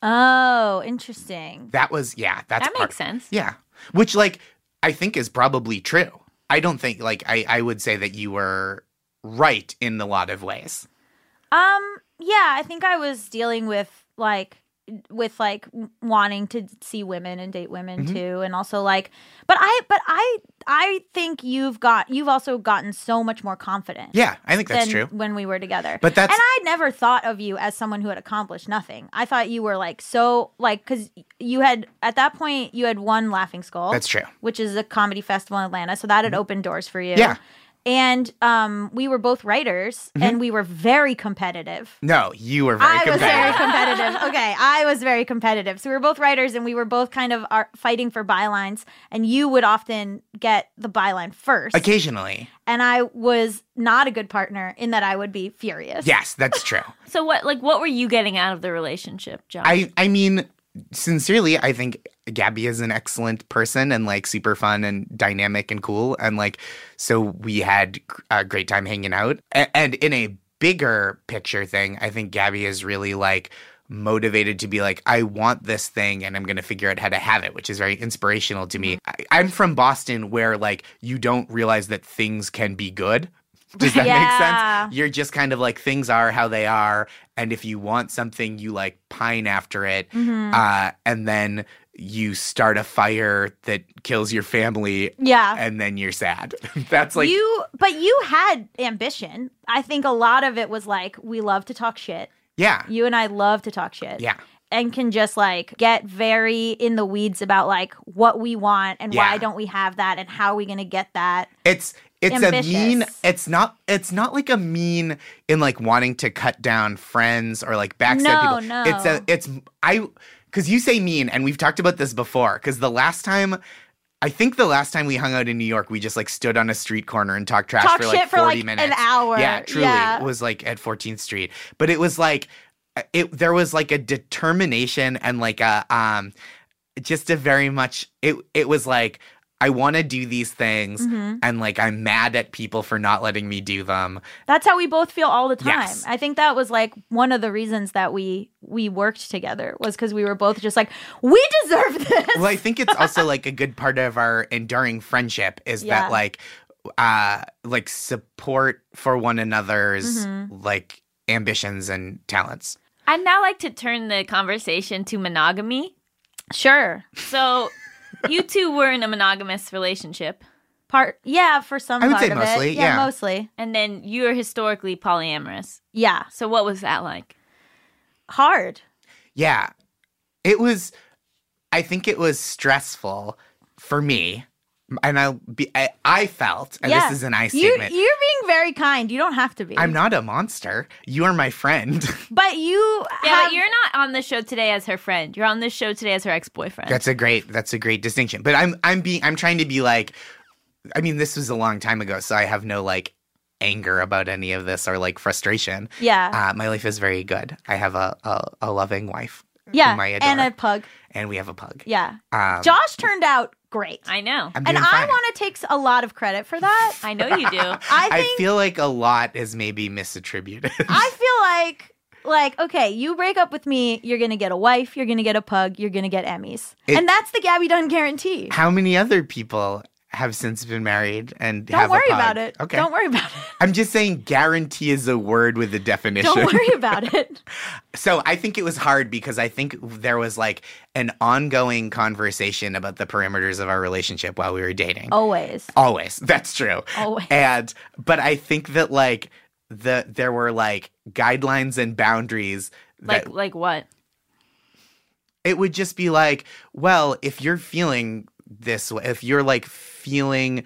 [SPEAKER 3] oh, interesting.
[SPEAKER 5] that was yeah that's
[SPEAKER 2] That
[SPEAKER 5] part-
[SPEAKER 2] makes sense.
[SPEAKER 5] yeah. Which like I think is probably true. I don't think like I, I would say that you were right in a lot of ways.
[SPEAKER 3] Um, yeah, I think I was dealing with like with like w- wanting to see women and date women
[SPEAKER 5] Mm-hmm.
[SPEAKER 3] too and also like but I but I I think you've got you've also gotten so much more confident.
[SPEAKER 5] Yeah, I think that's
[SPEAKER 3] than
[SPEAKER 5] true.
[SPEAKER 3] when we were together.
[SPEAKER 5] But that's-
[SPEAKER 3] and I never thought of you as someone who had accomplished nothing. I thought you were like so like because you had at that point you had won Laughing Skull.
[SPEAKER 5] That's true. Mm-hmm.
[SPEAKER 3] Which is a comedy festival in Atlanta, so that had opened doors for you.
[SPEAKER 5] Yeah.
[SPEAKER 3] And um, we were both writers, and we were very competitive.
[SPEAKER 5] No, you were very
[SPEAKER 3] I was
[SPEAKER 5] competitive.
[SPEAKER 3] very competitive. Okay, I was very competitive. So we were both writers, and we were both kind of are fighting for bylines. And you would often get the byline first,
[SPEAKER 5] Occasionally.
[SPEAKER 3] and I was not a good partner in that I would be furious.
[SPEAKER 5] Yes, that's true.
[SPEAKER 2] So what like what were you getting out of the relationship, John?
[SPEAKER 5] I I mean sincerely, I think Gabby is an excellent person and like super fun and dynamic and cool and like so we had a great time hanging out. A- and in a bigger picture thing, I think Gabby is really like motivated to be like I want this thing and I'm going to figure out how to have it, which is very inspirational to me. I- I'm from Boston where like you don't realize that things can be good. Does that make
[SPEAKER 3] Yeah.
[SPEAKER 5] sense? You're just kind of like things are how they are, and if you want something, you like pine after it,
[SPEAKER 3] Mm-hmm.
[SPEAKER 5] uh, and then you start a fire that kills your family,
[SPEAKER 3] Yeah.
[SPEAKER 5] and then you're sad. That's like
[SPEAKER 3] you but you had ambition. I think a lot of it was like we love to talk shit.
[SPEAKER 5] yeah,
[SPEAKER 3] You and I love to talk shit.
[SPEAKER 5] yeah,
[SPEAKER 3] And can just like get very in the weeds about like what we want and why
[SPEAKER 5] Yeah.
[SPEAKER 3] don't we have that and how are we going to get that?
[SPEAKER 5] it's. It's a mean.
[SPEAKER 3] Ambitious.
[SPEAKER 5] It's not. It's not like a mean in like wanting to cut down friends or like backstab
[SPEAKER 3] No,
[SPEAKER 5] people.
[SPEAKER 3] no.
[SPEAKER 5] It's a. It's I. Because you say mean, and we've talked about this before. Because the last time I think the last time we hung out in New York, we just like stood on a street corner and talked trash
[SPEAKER 3] Talk
[SPEAKER 5] for
[SPEAKER 3] shit
[SPEAKER 5] like
[SPEAKER 3] for
[SPEAKER 5] 40
[SPEAKER 3] like
[SPEAKER 5] minutes.
[SPEAKER 3] an hour.
[SPEAKER 5] Yeah, truly.
[SPEAKER 3] Yeah.
[SPEAKER 5] It was like at 14th Street. But it was like it there was like a determination and like a um just a very much it it was like I want to do these things
[SPEAKER 3] Mhm.
[SPEAKER 5] and like I'm mad at people for not letting me do them.
[SPEAKER 3] That's how we both feel all the time.
[SPEAKER 5] Yes.
[SPEAKER 3] I think that was like one of the reasons that we we worked together was because we were both just like we deserve this.
[SPEAKER 5] well, I think it's also like a good part of our enduring friendship is
[SPEAKER 3] Yeah.
[SPEAKER 5] that like uh like support for one another's
[SPEAKER 3] Mm-hmm.
[SPEAKER 5] like ambitions and talents.
[SPEAKER 2] I'd now like to turn the conversation to monogamy.
[SPEAKER 3] sure.
[SPEAKER 2] So, you two were in a monogamous relationship,
[SPEAKER 3] Part yeah, for some
[SPEAKER 5] I would
[SPEAKER 3] part
[SPEAKER 5] say
[SPEAKER 3] of
[SPEAKER 5] mostly,
[SPEAKER 3] it. Yeah,
[SPEAKER 5] yeah.
[SPEAKER 3] mostly.
[SPEAKER 2] and then you are historically polyamorous.
[SPEAKER 3] Yeah.
[SPEAKER 2] So, what was that like?
[SPEAKER 3] Hard.
[SPEAKER 5] Yeah. It was I think it was stressful for me. And I'll be I, I felt, and
[SPEAKER 3] yeah.
[SPEAKER 5] this is an I
[SPEAKER 3] you,
[SPEAKER 5] statement.
[SPEAKER 3] You're being very kind. You don't have to be.
[SPEAKER 5] I'm not a monster. You are my friend.
[SPEAKER 3] But you
[SPEAKER 2] Yeah,
[SPEAKER 3] have-
[SPEAKER 2] but you're not on the show today as her friend. You're on this show today as her ex boyfriend.
[SPEAKER 5] that's a great that's a great distinction. But I'm I'm being I'm trying to be like I mean, this was a long time ago, so I have no like anger about any of this or like frustration.
[SPEAKER 3] Yeah.
[SPEAKER 5] Uh, my life is very good. I have a a, a loving wife
[SPEAKER 3] yeah.
[SPEAKER 5] whom I adore.
[SPEAKER 3] And a pug.
[SPEAKER 5] and we have a pug.
[SPEAKER 3] Yeah.
[SPEAKER 5] Um,
[SPEAKER 3] Josh turned out great.
[SPEAKER 2] I know.
[SPEAKER 5] I'm
[SPEAKER 3] and
[SPEAKER 5] doing
[SPEAKER 3] I
[SPEAKER 5] fine.
[SPEAKER 3] want to take a lot of credit for that.
[SPEAKER 2] I know you do.
[SPEAKER 3] I
[SPEAKER 5] I,
[SPEAKER 3] think
[SPEAKER 5] feel like a lot is maybe misattributed.
[SPEAKER 3] I feel like like okay, you break up with me, you're gonna get a wife, you're gonna get a pug, you're gonna get Emmys,
[SPEAKER 5] It-
[SPEAKER 3] and that's the Gabby Dunn guarantee.
[SPEAKER 5] How many other people have since been married and
[SPEAKER 3] Don't
[SPEAKER 5] have a
[SPEAKER 3] worry
[SPEAKER 5] pug?
[SPEAKER 3] about it.
[SPEAKER 5] Okay,
[SPEAKER 3] Don't worry about it.
[SPEAKER 5] I'm just saying guarantee is a word with a definition.
[SPEAKER 3] Don't worry about it.
[SPEAKER 5] So I think it was hard because I think there was like an ongoing conversation about the perimeters of our relationship while we were dating.
[SPEAKER 3] Oh. Always.
[SPEAKER 5] Always, that's true.
[SPEAKER 3] Always.
[SPEAKER 5] And but I think that like the there were like guidelines and boundaries that
[SPEAKER 2] Like, like what?
[SPEAKER 5] it would just be like, well, if you're feeling this way, if you're like feeling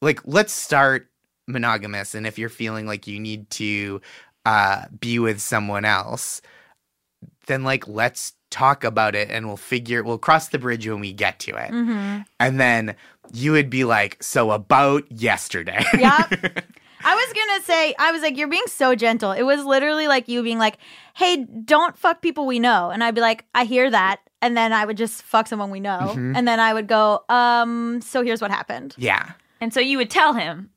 [SPEAKER 5] like, let's start monogamous. And if you're feeling like you need to uh, be with someone else, then like, let's talk about it and we'll figure, we'll cross the bridge when we get to it.
[SPEAKER 3] Mm-hmm.
[SPEAKER 5] And then you would be like, so about yesterday.
[SPEAKER 3] Yep. I was gonna say, I was like, you're being so gentle. It was literally like you being like, hey, don't fuck people we know. And I'd be like, I hear that. And then I would just fuck someone we know.
[SPEAKER 5] Mhm.
[SPEAKER 3] And then I would go, um, so here's what happened.
[SPEAKER 5] yeah.
[SPEAKER 2] And so you would tell him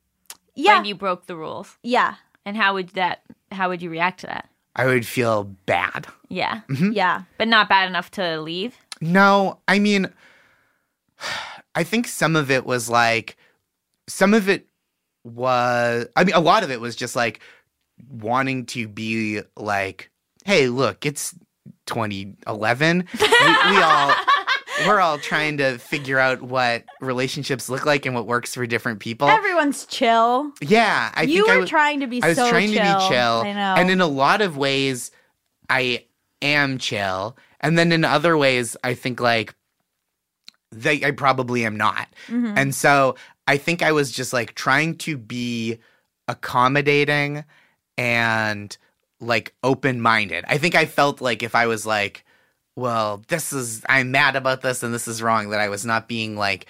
[SPEAKER 3] Yeah.
[SPEAKER 2] when you broke the rules.
[SPEAKER 3] yeah.
[SPEAKER 2] And how would that? How would you react to that?
[SPEAKER 5] I would feel bad.
[SPEAKER 2] Yeah,
[SPEAKER 5] Mm. Mm-hmm.
[SPEAKER 3] Yeah.
[SPEAKER 2] but not bad enough to leave.
[SPEAKER 5] No, I mean, I think some of it was like, some of it was, I mean, a lot of it was just like wanting to be like, hey, look, it's 2011. we, we all. We're all trying to figure out what relationships look like and what works for different people.
[SPEAKER 3] Everyone's chill.
[SPEAKER 5] yeah, I
[SPEAKER 3] you
[SPEAKER 5] think I
[SPEAKER 3] were
[SPEAKER 5] was-
[SPEAKER 3] trying to be
[SPEAKER 5] I was
[SPEAKER 3] so
[SPEAKER 5] trying
[SPEAKER 3] chill.
[SPEAKER 5] to be chill.
[SPEAKER 3] I know.
[SPEAKER 5] And in a lot of ways, I am chill. And then in other ways, I think like they I probably am not.
[SPEAKER 3] Mhm.
[SPEAKER 5] And so I think I was just like trying to be accommodating and like open minded. I think I felt like if I was like, well, this is I'm mad about this and this is wrong, that I was not being like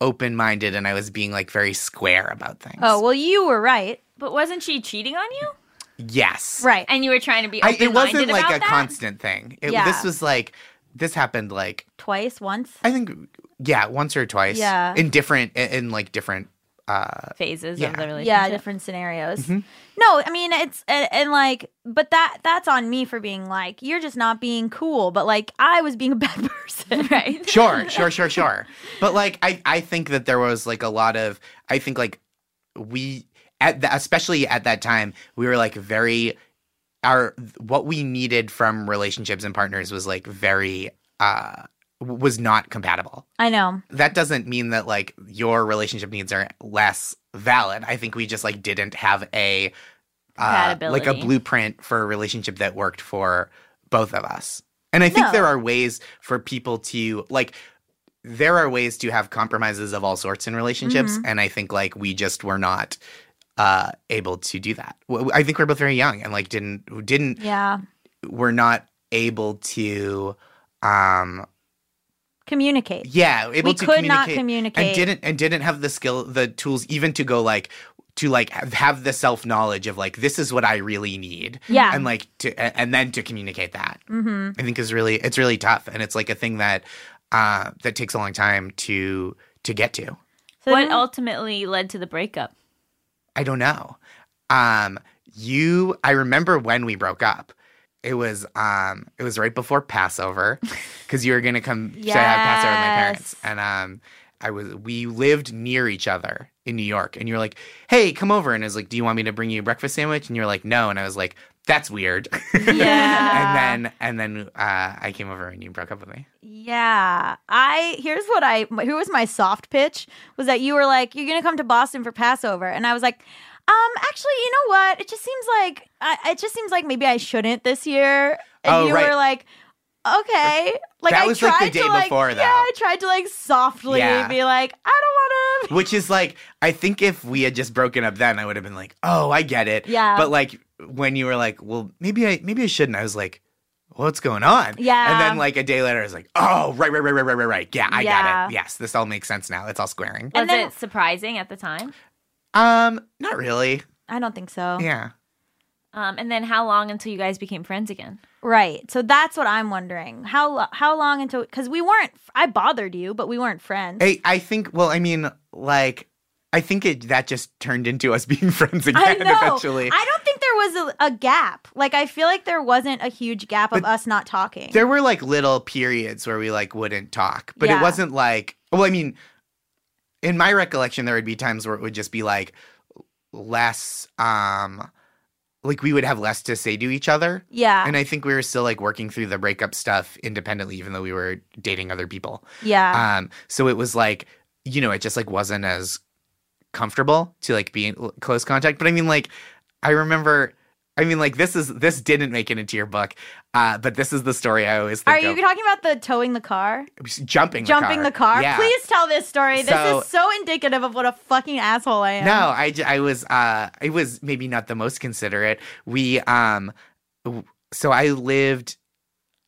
[SPEAKER 5] open minded and I was being like very square about things.
[SPEAKER 3] oh, well, you were right.
[SPEAKER 2] But wasn't she cheating on you?
[SPEAKER 5] yes.
[SPEAKER 3] Right.
[SPEAKER 2] And you were trying to be
[SPEAKER 5] I,
[SPEAKER 2] open
[SPEAKER 5] it wasn't
[SPEAKER 2] minded
[SPEAKER 5] like
[SPEAKER 2] about
[SPEAKER 5] a
[SPEAKER 2] that.
[SPEAKER 5] constant thing. It,
[SPEAKER 3] Yeah.
[SPEAKER 5] This was like this happened like
[SPEAKER 3] Twice, once.
[SPEAKER 5] I think yeah once or twice.
[SPEAKER 3] Yeah.
[SPEAKER 5] in different in, in like different. Uh,
[SPEAKER 2] phases
[SPEAKER 5] Yeah.
[SPEAKER 2] of the relationship.
[SPEAKER 3] Yeah, different scenarios.
[SPEAKER 5] Mm-hmm.
[SPEAKER 3] No, I mean it's and, and like, but that that's on me for being like you're just not being cool. But like I was being a bad person,
[SPEAKER 2] right.
[SPEAKER 5] sure, sure, sure, sure. But like I I think that there was like a lot of I think like we at the, especially at that time we were like very our what we needed from relationships and partners was like very uh was not compatible.
[SPEAKER 3] I know.
[SPEAKER 5] that doesn't mean that like your relationship needs are less valid. I think we just like didn't have a uh, like a
[SPEAKER 2] Compatibility.
[SPEAKER 5] blueprint for a relationship that worked for both of us. And I think
[SPEAKER 3] No.
[SPEAKER 5] there are ways for people to like there are ways to have compromises of all sorts in relationships
[SPEAKER 3] Mm-hmm.
[SPEAKER 5] and I think like we just were not uh able to do that. W- I think we're both very young and like didn't didn't
[SPEAKER 3] Yeah,
[SPEAKER 5] we're not able to um
[SPEAKER 3] communicate.
[SPEAKER 5] yeah able
[SPEAKER 3] We
[SPEAKER 5] to
[SPEAKER 3] could not
[SPEAKER 5] communicate,
[SPEAKER 3] communicate.
[SPEAKER 5] and didn't and didn't have the skill the tools even to go like to like have- have the self knowledge of like this is what I really need
[SPEAKER 3] Yeah.
[SPEAKER 5] and like to a- and then to communicate that mm-hmm. I think is really it's really tough and it's like a thing that uh that takes a long time to to get to
[SPEAKER 3] So
[SPEAKER 2] what
[SPEAKER 3] then-
[SPEAKER 2] ultimately led to the breakup?
[SPEAKER 5] I don't know. Um, you, I remember when we broke up. It was um, it was right before Passover, because you were gonna come to have Passover with my
[SPEAKER 3] Yes.
[SPEAKER 5] parents, and um, I was we lived near each other in New York, and you were like, "Hey, come over," and I was like, "Do you want me to bring you a breakfast sandwich?" And you're like, "No," and I was like, "That's weird."
[SPEAKER 3] yeah.
[SPEAKER 5] and then and then uh, I came over and you broke up with me.
[SPEAKER 3] Yeah. I here's what I who was my soft pitch was that you were like you're going to come to Boston for Passover and I was like um actually you know what it just seems like I, it just seems like maybe I shouldn't this year and
[SPEAKER 5] Oh,
[SPEAKER 3] you
[SPEAKER 5] right.
[SPEAKER 3] were like okay like
[SPEAKER 5] That
[SPEAKER 3] I
[SPEAKER 5] was,
[SPEAKER 3] tried
[SPEAKER 5] like, the day
[SPEAKER 3] to like
[SPEAKER 5] before,
[SPEAKER 3] yeah
[SPEAKER 5] though.
[SPEAKER 3] I tried to like softly
[SPEAKER 5] Yeah.
[SPEAKER 3] be like I don't want to
[SPEAKER 5] Which is like, I think if we had just broken up then, I would have been like, oh, I get it.
[SPEAKER 3] Yeah.
[SPEAKER 5] But like when you were like, well, maybe I maybe I shouldn't. I was like, what's going on?
[SPEAKER 3] Yeah.
[SPEAKER 5] And then like a day later, I was like, oh, right, right, right, right, right, right, right. Yeah, I
[SPEAKER 3] Yeah.
[SPEAKER 5] got it. Yes, this all makes sense now. It's all squaring.
[SPEAKER 2] Was
[SPEAKER 3] And then-
[SPEAKER 2] it surprising at the time?
[SPEAKER 5] Um, not really.
[SPEAKER 3] I don't think so
[SPEAKER 5] Yeah.
[SPEAKER 2] Um, and then how long until you guys became friends again?
[SPEAKER 3] Right. So that's what I'm wondering. How lo- how long until because we weren't I bothered you, but we weren't friends.
[SPEAKER 5] I I think. Well, I mean, like. I think it that just turned into us being friends again
[SPEAKER 3] I know.
[SPEAKER 5] eventually.
[SPEAKER 3] I don't think there was a, a gap. Like I feel like there wasn't a huge gap of us not talking.
[SPEAKER 5] there were like little periods where we like wouldn't talk but it
[SPEAKER 3] Yeah.
[SPEAKER 5] wasn't like well i mean in my recollection there would be times where it would just be like less um like we would have less to say to each other
[SPEAKER 3] yeah.
[SPEAKER 5] and i think we were still like working through the breakup stuff independently even though we were dating other people
[SPEAKER 3] yeah.
[SPEAKER 5] um so it was like you know it just like wasn't as comfortable to like be in l- close contact but i mean like i remember i mean like this is this didn't make it into your book uh but this is the story i always
[SPEAKER 3] Are
[SPEAKER 5] think
[SPEAKER 3] you
[SPEAKER 5] of
[SPEAKER 3] talking about the towing the car?
[SPEAKER 5] jumping
[SPEAKER 3] Jumping the car?
[SPEAKER 5] Yeah.
[SPEAKER 3] Please tell this story.
[SPEAKER 5] So-
[SPEAKER 3] this is so indicative of what a fucking asshole I am.
[SPEAKER 5] No, I, j- I was uh I was maybe not the most considerate. We um w- so I lived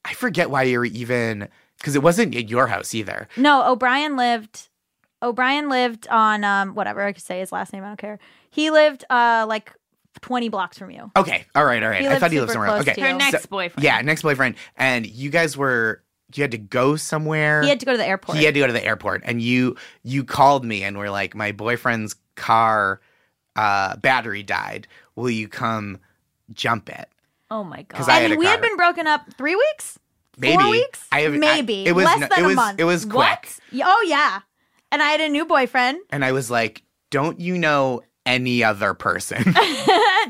[SPEAKER 5] I forget why you were even cuz it wasn't at your house either.
[SPEAKER 3] No, O'Brien lived O'Brien lived on um whatever I could say his last name, I don't care. He lived uh like 20 blocks from you.
[SPEAKER 5] Okay. All right, all right.
[SPEAKER 3] He
[SPEAKER 5] I
[SPEAKER 3] lived
[SPEAKER 5] thought he lived
[SPEAKER 3] super
[SPEAKER 5] somewhere. else.
[SPEAKER 3] close
[SPEAKER 5] Okay.
[SPEAKER 3] to
[SPEAKER 2] Her
[SPEAKER 3] So-
[SPEAKER 2] next boyfriend.
[SPEAKER 5] Yeah, next boyfriend. And you guys were you had to go somewhere.
[SPEAKER 3] He had to go to the airport.
[SPEAKER 5] He had to go to the airport. And you you called me and were like, My boyfriend's car uh battery died. Will you come jump it?
[SPEAKER 2] Oh my god.
[SPEAKER 5] 'Cause I had
[SPEAKER 3] and
[SPEAKER 5] a
[SPEAKER 3] we
[SPEAKER 5] car.
[SPEAKER 3] had been broken up 3 weeks?
[SPEAKER 5] Maybe
[SPEAKER 3] weeks?
[SPEAKER 5] I have I-
[SPEAKER 3] Maybe.
[SPEAKER 5] it was
[SPEAKER 3] Less
[SPEAKER 5] no-
[SPEAKER 3] than
[SPEAKER 5] it
[SPEAKER 3] a
[SPEAKER 5] was,
[SPEAKER 3] month.
[SPEAKER 5] It was quick.
[SPEAKER 2] what?
[SPEAKER 3] Y- Oh yeah. And I had a new boyfriend.
[SPEAKER 5] and I was like, "Don't you know any other person?"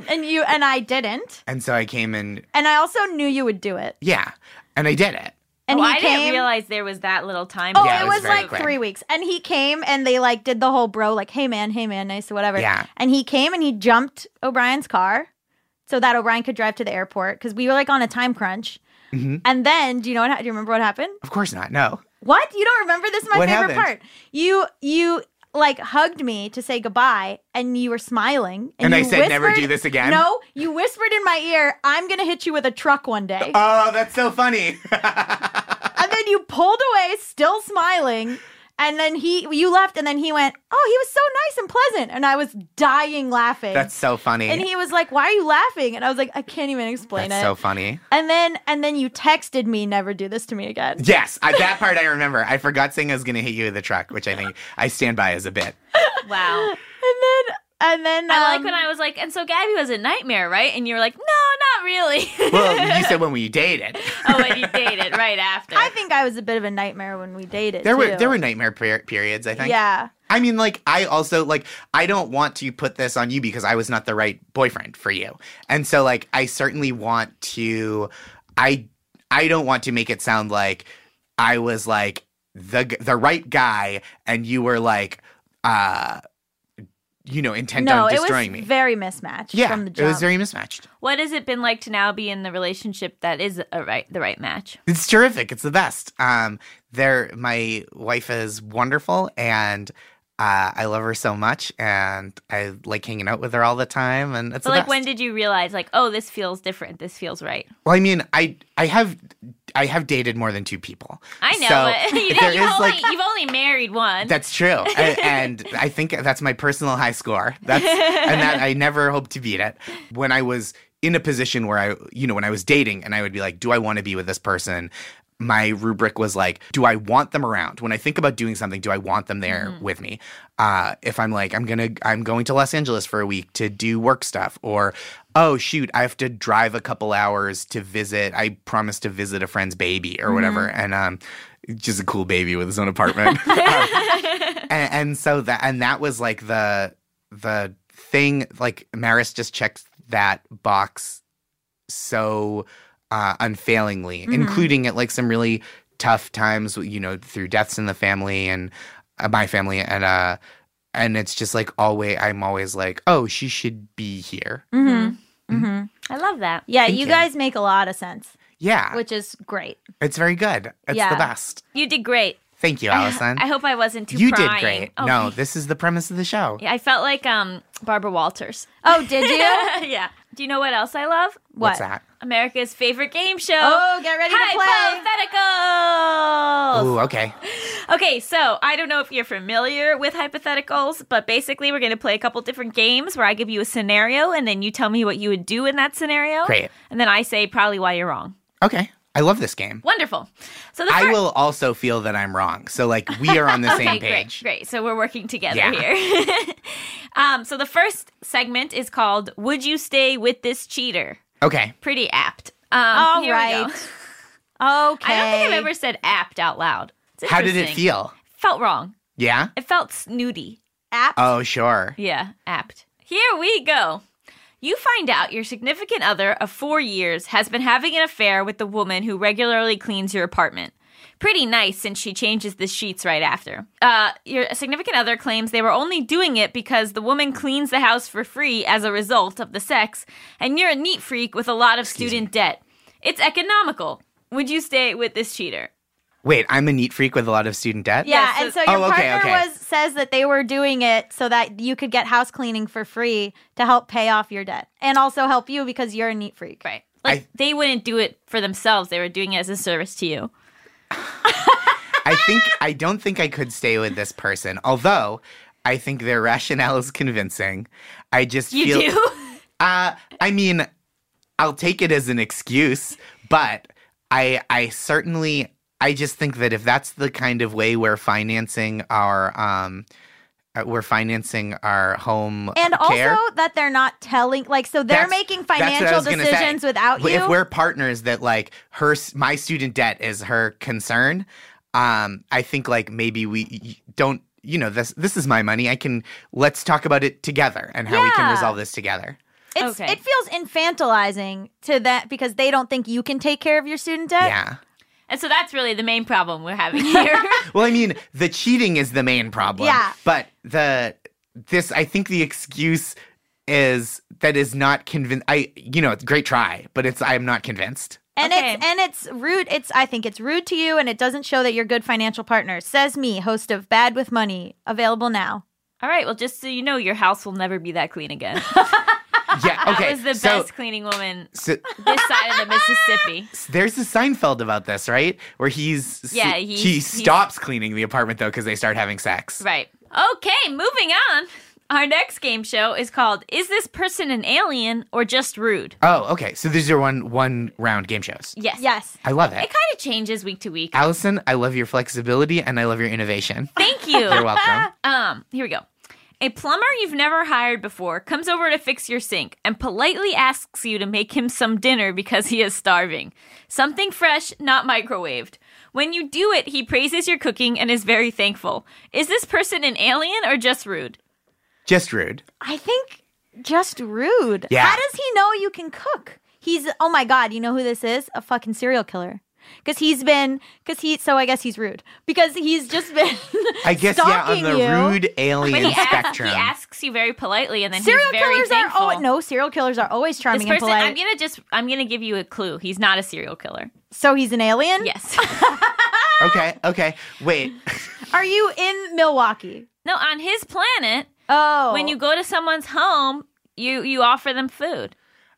[SPEAKER 3] and you and I didn't.
[SPEAKER 5] and so I came and
[SPEAKER 3] And I also knew you would do it.
[SPEAKER 5] yeah, and I did it.
[SPEAKER 3] And
[SPEAKER 2] oh,
[SPEAKER 3] he
[SPEAKER 2] I
[SPEAKER 3] came.
[SPEAKER 2] didn't realize there was that little time.
[SPEAKER 3] oh,
[SPEAKER 5] Yeah,
[SPEAKER 3] it
[SPEAKER 5] it
[SPEAKER 3] was,
[SPEAKER 5] was very
[SPEAKER 3] like
[SPEAKER 5] quick.
[SPEAKER 3] three weeks. And he came and they like did the whole bro, like, hey man, hey man, nice, whatever.
[SPEAKER 5] Yeah.
[SPEAKER 3] And he came and he jumped O'Brien's car so that O'Brien could drive to the airport because we were like on a time crunch.
[SPEAKER 5] Mhm.
[SPEAKER 3] And then, do you know what? ha- Do you remember what happened?
[SPEAKER 5] Of course not. No.
[SPEAKER 3] What? You don't remember? This is my
[SPEAKER 5] What
[SPEAKER 3] favorite part.
[SPEAKER 5] happened?
[SPEAKER 3] You you like hugged me to say goodbye and you were smiling.
[SPEAKER 5] And I
[SPEAKER 3] you
[SPEAKER 5] said, "Never
[SPEAKER 3] whispered-
[SPEAKER 5] do this again?"
[SPEAKER 3] No, you whispered in my ear, I'm gonna hit you with a truck one day.
[SPEAKER 5] Oh, that's so funny.
[SPEAKER 3] and then you pulled away, still smiling. And then he you left and then he went, Oh, he was so nice and pleasant. And I was dying laughing.
[SPEAKER 5] that's so funny.
[SPEAKER 3] and he was like, Why are you laughing? And I was like, I can't even explain
[SPEAKER 5] that's
[SPEAKER 3] it.
[SPEAKER 5] so funny.
[SPEAKER 3] and then and then you texted me, never do this to me again.
[SPEAKER 5] Yes, I, that part I remember. I forgot saying I was going to hit you with a truck, which I think I stand by as a bit.
[SPEAKER 2] Wow.
[SPEAKER 3] And then and then
[SPEAKER 2] I like
[SPEAKER 3] um,
[SPEAKER 2] when I was like, and so Gabby was a nightmare, right? And you were like, no, not really.
[SPEAKER 5] Well, you said when we dated.
[SPEAKER 2] oh, and you dated right after.
[SPEAKER 3] I think I was a bit of a nightmare when we dated.
[SPEAKER 5] There were
[SPEAKER 3] too.
[SPEAKER 5] there were nightmare per- periods. I think.
[SPEAKER 3] yeah.
[SPEAKER 5] I mean, like, I also like I don't want to put this on you because I was not the right boyfriend for you. And so like I certainly want to I I don't want to make it sound like I was like the g- the right guy and you were like uh you know intent
[SPEAKER 3] No,
[SPEAKER 5] on
[SPEAKER 3] it was
[SPEAKER 5] destroying me.
[SPEAKER 3] very mismatched
[SPEAKER 5] yeah.
[SPEAKER 3] from the
[SPEAKER 5] it
[SPEAKER 3] jump.
[SPEAKER 5] was very mismatched.
[SPEAKER 2] what has it been like to now be in the relationship that is a right the right match?
[SPEAKER 5] It's terrific. It's the best. Um, there, my wife is wonderful, and uh, I love her so much, and I like hanging out with her all the time. And it's
[SPEAKER 2] But
[SPEAKER 5] the
[SPEAKER 2] like,
[SPEAKER 5] best.
[SPEAKER 2] when did you realize like, oh, this feels different. This feels right.
[SPEAKER 5] Well, I mean, I I have I have dated more than two people.
[SPEAKER 2] I know,
[SPEAKER 5] So
[SPEAKER 2] but you
[SPEAKER 5] there
[SPEAKER 2] have
[SPEAKER 5] is
[SPEAKER 2] only,
[SPEAKER 5] like
[SPEAKER 2] you've only married one.
[SPEAKER 5] that's true, A- and I think that's my personal high score. That's and that I never hope to beat it. When I was in a position where I, you know, when I was dating, and I would be like, "Do I want to be with this person?" My rubric was like, "Do I want them around?" When I think about doing something, do I want them there with me? Uh, if I'm like, I'm gonna, I'm going to Los Angeles for a week to do work stuff, or oh shoot, I have to drive a couple hours to visit. I promised to visit a friend's baby or whatever, and um, just a cool baby with his own apartment. Um, and, and so that and that was like the the thing like Maris just checked that box so uh, unfailingly,
[SPEAKER 2] Mm-hmm.
[SPEAKER 5] including at like some really tough times, you know, through deaths in the family and uh, my family and uh and it's just like always I'm always like, oh, she should be here.
[SPEAKER 2] I love that.
[SPEAKER 3] Mm-hmm. Yeah,
[SPEAKER 5] Mm-hmm. Thank
[SPEAKER 3] you
[SPEAKER 5] you.
[SPEAKER 3] guys make a lot of sense,
[SPEAKER 5] Yeah,
[SPEAKER 3] which is great.
[SPEAKER 5] it's very good. It's
[SPEAKER 3] Yeah.
[SPEAKER 5] the best.
[SPEAKER 2] You did great.
[SPEAKER 5] Thank you,
[SPEAKER 2] I-
[SPEAKER 5] Allison.
[SPEAKER 2] I, hope I wasn't too
[SPEAKER 5] you did
[SPEAKER 2] prying.
[SPEAKER 5] great.
[SPEAKER 2] Oh,
[SPEAKER 5] No,
[SPEAKER 2] okay.
[SPEAKER 5] this is the premise of the show.
[SPEAKER 2] Yeah, I felt like um Barbara Walters.
[SPEAKER 3] Oh, did you?
[SPEAKER 2] yeah. Do you know what else I love?
[SPEAKER 5] What's
[SPEAKER 3] what?
[SPEAKER 5] that?
[SPEAKER 2] America's favorite game show.
[SPEAKER 3] Oh, get ready to play.
[SPEAKER 2] Hypotheticals.
[SPEAKER 5] Ooh, okay.
[SPEAKER 2] Okay, so I don't know if you're familiar with hypotheticals, but basically we're going to play a couple different games where I give you a scenario and then you tell me what you would do in that scenario.
[SPEAKER 5] Great.
[SPEAKER 2] And then I say probably why you're wrong.
[SPEAKER 5] Okay. I love this game.
[SPEAKER 2] Wonderful. So the
[SPEAKER 5] I
[SPEAKER 2] fir-
[SPEAKER 5] will also feel that I'm wrong. So like we are on the
[SPEAKER 2] Okay,
[SPEAKER 5] same page.
[SPEAKER 2] great, great. So we're working together
[SPEAKER 5] Yeah.
[SPEAKER 2] here. um, so the first segment is called "Would You Stay with This Cheater?"
[SPEAKER 5] Okay.
[SPEAKER 2] Pretty apt. Um,
[SPEAKER 3] All
[SPEAKER 2] here we go.
[SPEAKER 3] right. Okay.
[SPEAKER 2] I don't think I've ever said apt out loud. It's
[SPEAKER 5] How did it
[SPEAKER 2] interesting.
[SPEAKER 5] feel?
[SPEAKER 2] Felt wrong.
[SPEAKER 5] Yeah?
[SPEAKER 2] It felt snooty.
[SPEAKER 3] apt.
[SPEAKER 5] Oh, sure.
[SPEAKER 2] Yeah, apt. Here we go. You find out your significant other of four years has been having an affair with the woman who regularly cleans your apartment. Pretty nice since she changes the sheets right after. Uh, your significant other claims they were only doing it because the woman cleans the house for free as a result of the sex, and you're a neat freak with a lot of student debt. It's economical. Would you stay with this cheater?
[SPEAKER 5] Wait, I'm a neat freak with a lot of student debt.
[SPEAKER 3] yeah,
[SPEAKER 2] yes,
[SPEAKER 3] and so
[SPEAKER 5] oh,
[SPEAKER 3] your
[SPEAKER 5] okay,
[SPEAKER 3] partner
[SPEAKER 5] okay.
[SPEAKER 3] was says that they were doing it so that you could get house cleaning for free to help pay off your debt and also help you because you're a neat freak.
[SPEAKER 2] Right. Like,
[SPEAKER 5] I-
[SPEAKER 2] they wouldn't do it for themselves, they were doing it as a service to you.
[SPEAKER 5] I think I don't think I could stay with this person. Although I think their rationale is convincing. I just
[SPEAKER 2] You
[SPEAKER 5] feel
[SPEAKER 2] do?
[SPEAKER 5] Uh, I mean, I'll take it as an excuse, but I I certainly I just think that if that's the kind of way we're financing our um uh, we're financing our home
[SPEAKER 3] And
[SPEAKER 5] care,
[SPEAKER 3] also that they're not telling, like, so they're
[SPEAKER 5] that's-
[SPEAKER 3] making
[SPEAKER 5] that's what I
[SPEAKER 3] financial
[SPEAKER 5] was gonna say.
[SPEAKER 3] decisions without you.
[SPEAKER 5] If we're partners, that like her s- my student debt is her concern. Um, I think like maybe we y- y- don't. You know this. This is my money. I can. Let's talk about it together and how we
[SPEAKER 3] Yeah.
[SPEAKER 5] can resolve this together.
[SPEAKER 3] It's,
[SPEAKER 2] Okay.
[SPEAKER 3] It feels infantilizing to that because they don't think you can take care of your student debt.
[SPEAKER 5] Yeah.
[SPEAKER 2] And so that's really the main problem we're having here.
[SPEAKER 5] Well, I mean, the cheating is the main problem.
[SPEAKER 3] Yeah.
[SPEAKER 5] But the this, I think the excuse is that is not convinced. I, you know, it's great try, but it's I'm not convinced.
[SPEAKER 3] And
[SPEAKER 2] Okay.
[SPEAKER 3] it's and it's rude. It's I think it's rude to you, and it doesn't show that you're a good financial partner. Says me, host of Bad with Money, available now.
[SPEAKER 2] All right, well, just so you know, your house will never be that clean again.
[SPEAKER 5] Yeah.
[SPEAKER 2] That
[SPEAKER 5] Okay.
[SPEAKER 2] was the
[SPEAKER 5] so,
[SPEAKER 2] best cleaning woman
[SPEAKER 5] so-
[SPEAKER 2] this side of the Mississippi.
[SPEAKER 5] s- there's a Seinfeld about this, right? Where he's s-
[SPEAKER 2] Yeah, he's-
[SPEAKER 5] he
[SPEAKER 2] he's-
[SPEAKER 5] stops cleaning the apartment though because they start having sex.
[SPEAKER 2] Right. Okay, moving on. Our next game show is called Is This Person an Alien or Just Rude?
[SPEAKER 5] Oh, okay. So these are one one round game shows.
[SPEAKER 2] Yes.
[SPEAKER 3] Yes,
[SPEAKER 5] I love
[SPEAKER 2] It
[SPEAKER 5] it.
[SPEAKER 2] kind of changes week to week.
[SPEAKER 5] Allison, I love your flexibility and I love your innovation.
[SPEAKER 2] Thank you.
[SPEAKER 5] You're welcome.
[SPEAKER 2] Um, here we go. A plumber you've never hired before comes over to fix your sink and politely asks you to make him some dinner because he is starving. Something fresh, not microwaved. When you do it, he praises your cooking and is very thankful. Is this person an alien or just rude?
[SPEAKER 5] Just rude.
[SPEAKER 3] I think just rude.
[SPEAKER 5] Yeah.
[SPEAKER 3] How does he know you can cook? He's oh my god, you know who this is? A fucking serial killer. Because he's been, because he, so I guess he's rude. Because he's just been.
[SPEAKER 5] I guess yeah, on
[SPEAKER 3] stalking
[SPEAKER 5] the
[SPEAKER 3] you.
[SPEAKER 5] rude
[SPEAKER 2] he,
[SPEAKER 5] alien
[SPEAKER 2] asks-
[SPEAKER 5] spectrum.
[SPEAKER 2] he asks you very politely and then
[SPEAKER 3] Serial
[SPEAKER 2] he's very
[SPEAKER 3] killers
[SPEAKER 2] thankful.
[SPEAKER 3] are oh no, serial killers are always
[SPEAKER 2] This
[SPEAKER 3] charming and
[SPEAKER 2] person,
[SPEAKER 3] polite.
[SPEAKER 2] I'm gonna just, I'm gonna give you a clue. He's not a serial killer.
[SPEAKER 3] so he's an alien.
[SPEAKER 2] Yes.
[SPEAKER 5] okay, okay. Wait.
[SPEAKER 3] Are you in Milwaukee?
[SPEAKER 2] no, on his planet,
[SPEAKER 3] Oh,
[SPEAKER 2] when you go to someone's home, you you offer them food.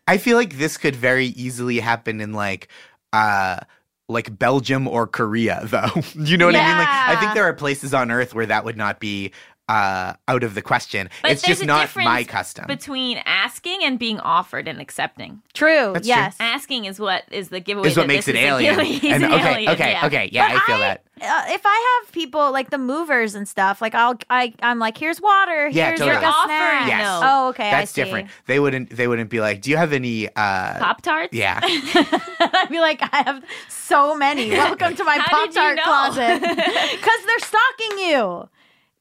[SPEAKER 5] I feel like this could very easily happen in like uh like Belgium or Korea, though. you know what I mean? Like, I
[SPEAKER 3] Yeah.
[SPEAKER 5] think there are places on Earth where that would not be uh, out of the question.
[SPEAKER 2] But
[SPEAKER 5] it's
[SPEAKER 2] there's
[SPEAKER 5] just
[SPEAKER 2] a
[SPEAKER 5] not
[SPEAKER 2] difference
[SPEAKER 5] my custom.
[SPEAKER 2] between asking and being offered and accepting.
[SPEAKER 3] True.
[SPEAKER 5] That's true.
[SPEAKER 3] yes.
[SPEAKER 2] Asking is what is the giveaway.
[SPEAKER 5] is what
[SPEAKER 2] that
[SPEAKER 5] makes
[SPEAKER 2] this
[SPEAKER 5] it
[SPEAKER 2] is a
[SPEAKER 5] alien.
[SPEAKER 2] giveaway. He's
[SPEAKER 5] And
[SPEAKER 2] an
[SPEAKER 5] okay,
[SPEAKER 2] alien,
[SPEAKER 5] okay,
[SPEAKER 2] yeah.
[SPEAKER 5] okay. Yeah,
[SPEAKER 3] But
[SPEAKER 5] I feel
[SPEAKER 3] I-
[SPEAKER 5] that.
[SPEAKER 3] Uh, if I have people like the movers and stuff, like I'll I I'm like, here's water,
[SPEAKER 5] Yeah,
[SPEAKER 3] here's
[SPEAKER 5] totally.
[SPEAKER 3] like
[SPEAKER 5] You're
[SPEAKER 3] a
[SPEAKER 2] offering
[SPEAKER 3] snack.
[SPEAKER 5] Yes.
[SPEAKER 2] though.
[SPEAKER 3] Oh, okay.
[SPEAKER 5] That's
[SPEAKER 3] I see.
[SPEAKER 5] different. They wouldn't. They wouldn't be like, "Do you have any?" Uh,
[SPEAKER 2] Pop tarts.
[SPEAKER 5] yeah.
[SPEAKER 3] I'd be like, I have so many. Welcome to my
[SPEAKER 2] How
[SPEAKER 3] Pop
[SPEAKER 2] did you
[SPEAKER 3] Tart
[SPEAKER 2] know?
[SPEAKER 3] closet. Because they're stalking you.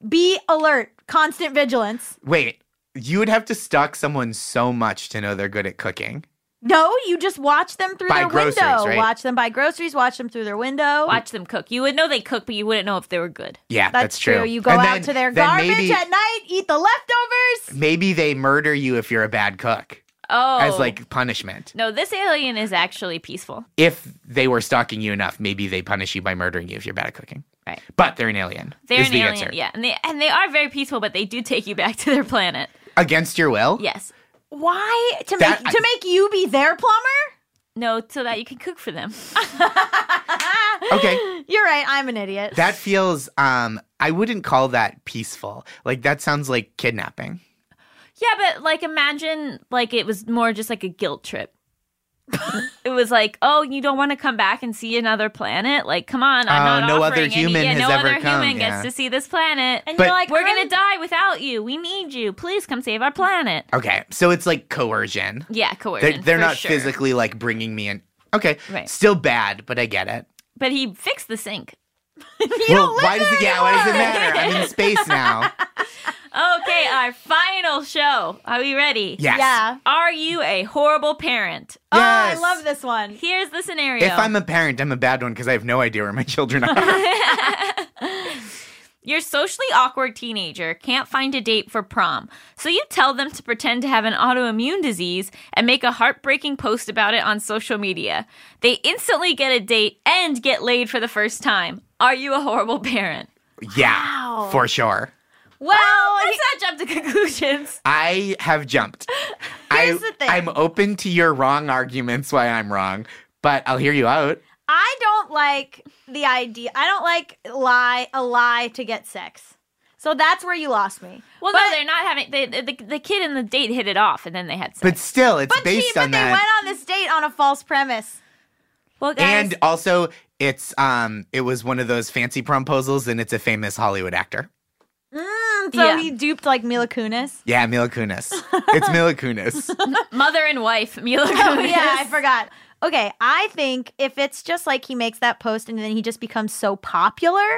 [SPEAKER 3] Be alert. Constant vigilance.
[SPEAKER 5] Wait. You would have to stalk someone so much to know they're good at cooking.
[SPEAKER 3] No, you just watch them through
[SPEAKER 5] Buy
[SPEAKER 3] their
[SPEAKER 5] groceries,
[SPEAKER 3] window.
[SPEAKER 5] right?
[SPEAKER 3] Watch them buy groceries. Watch them through their window.
[SPEAKER 2] Watch them cook. You would know they cook, but you wouldn't know if they were good.
[SPEAKER 5] Yeah,
[SPEAKER 3] That's,
[SPEAKER 5] that's,
[SPEAKER 3] true. You go
[SPEAKER 5] And
[SPEAKER 3] out
[SPEAKER 5] then-
[SPEAKER 3] to their
[SPEAKER 5] then
[SPEAKER 3] garbage
[SPEAKER 5] maybe,
[SPEAKER 3] at night. Eat the leftovers.
[SPEAKER 5] Maybe they murder you if you're a bad cook
[SPEAKER 2] Oh,
[SPEAKER 5] as like punishment.
[SPEAKER 2] no, this alien is actually peaceful.
[SPEAKER 5] If they were stalking you enough, maybe they punish you by murdering you if you're bad at cooking.
[SPEAKER 2] Right.
[SPEAKER 5] But they're an alien.
[SPEAKER 2] They're
[SPEAKER 5] is
[SPEAKER 2] an
[SPEAKER 5] the
[SPEAKER 2] alien,
[SPEAKER 5] answer.
[SPEAKER 2] yeah, and they and they are very peaceful, but they do take you back to their planet.
[SPEAKER 5] Against your will?
[SPEAKER 2] Yes,
[SPEAKER 3] Why to
[SPEAKER 5] That-
[SPEAKER 3] make to make you be their plumber?
[SPEAKER 2] no, so that you can cook for them.
[SPEAKER 5] Okay.
[SPEAKER 3] You're right. I'm an idiot.
[SPEAKER 5] That feels um I wouldn't call that peaceful. Like that sounds like kidnapping.
[SPEAKER 2] Yeah, but like imagine like it was more just like a guilt trip. it was like, oh, you don't want to come back and see another planet? Like, come on, I'm
[SPEAKER 5] Oh,
[SPEAKER 2] not
[SPEAKER 5] no
[SPEAKER 2] offering
[SPEAKER 5] other
[SPEAKER 2] any-
[SPEAKER 5] human
[SPEAKER 2] yeah,
[SPEAKER 5] has
[SPEAKER 2] no
[SPEAKER 5] ever
[SPEAKER 2] other
[SPEAKER 5] come,
[SPEAKER 2] human
[SPEAKER 5] yeah.
[SPEAKER 2] gets to see this planet. And
[SPEAKER 5] But-
[SPEAKER 2] you're like, we're
[SPEAKER 3] I'm-
[SPEAKER 2] gonna die without you. We need you. Please come save our planet.
[SPEAKER 5] Okay. So it's like coercion.
[SPEAKER 2] Yeah, coercion.
[SPEAKER 5] They're, they're
[SPEAKER 2] for
[SPEAKER 5] not
[SPEAKER 2] sure.
[SPEAKER 5] physically like bringing me in. Okay.
[SPEAKER 2] Right.
[SPEAKER 5] Still bad, but I get it.
[SPEAKER 2] But he fixed the sink.
[SPEAKER 5] well, why does it yeah, why does it matter? I'm in space now.
[SPEAKER 2] Okay, our final show. Are we ready?
[SPEAKER 5] Yes.
[SPEAKER 3] Yeah.
[SPEAKER 2] Are you a horrible parent?
[SPEAKER 3] Oh, I
[SPEAKER 5] Yes.
[SPEAKER 3] love this one.
[SPEAKER 2] Here's the scenario.
[SPEAKER 5] If I'm a parent, I'm a bad one because I have no idea where my children are.
[SPEAKER 2] Your socially awkward teenager can't find a date for prom, so you tell them to pretend to have an autoimmune disease and make a heartbreaking post about it on social media. They instantly get a date and get laid for the first time. Are you a horrible parent?
[SPEAKER 5] yeah.
[SPEAKER 3] Wow.
[SPEAKER 5] For sure.
[SPEAKER 3] Well,
[SPEAKER 2] Let's not jump to conclusions.
[SPEAKER 5] I have jumped.
[SPEAKER 3] Here's the thing.
[SPEAKER 5] I'm open to your wrong arguments why I'm wrong, but I'll hear you out.
[SPEAKER 3] I don't like the idea. I don't like lie a lie to get sex. So that's where you lost me.
[SPEAKER 2] Well, no, they're not having. They, the, the kid and the date hit it off, and then they had sex.
[SPEAKER 5] But still, it's
[SPEAKER 3] But
[SPEAKER 5] based
[SPEAKER 3] she, but
[SPEAKER 5] on
[SPEAKER 3] they
[SPEAKER 5] that.
[SPEAKER 3] went on this date on a false premise.
[SPEAKER 2] well, guys,
[SPEAKER 5] and also it's um it was one of those fancy promposals and it's a famous Hollywood actor.
[SPEAKER 3] Mm, so
[SPEAKER 2] Yeah.
[SPEAKER 3] he duped like Mila Kunis.
[SPEAKER 5] Yeah, Mila Kunis. it's Mila Kunis.
[SPEAKER 2] mother and wife, Mila
[SPEAKER 3] Oh
[SPEAKER 2] Kunis.
[SPEAKER 3] yeah, I forgot. Okay, I think if it's just like he makes that post and then he just becomes so popular,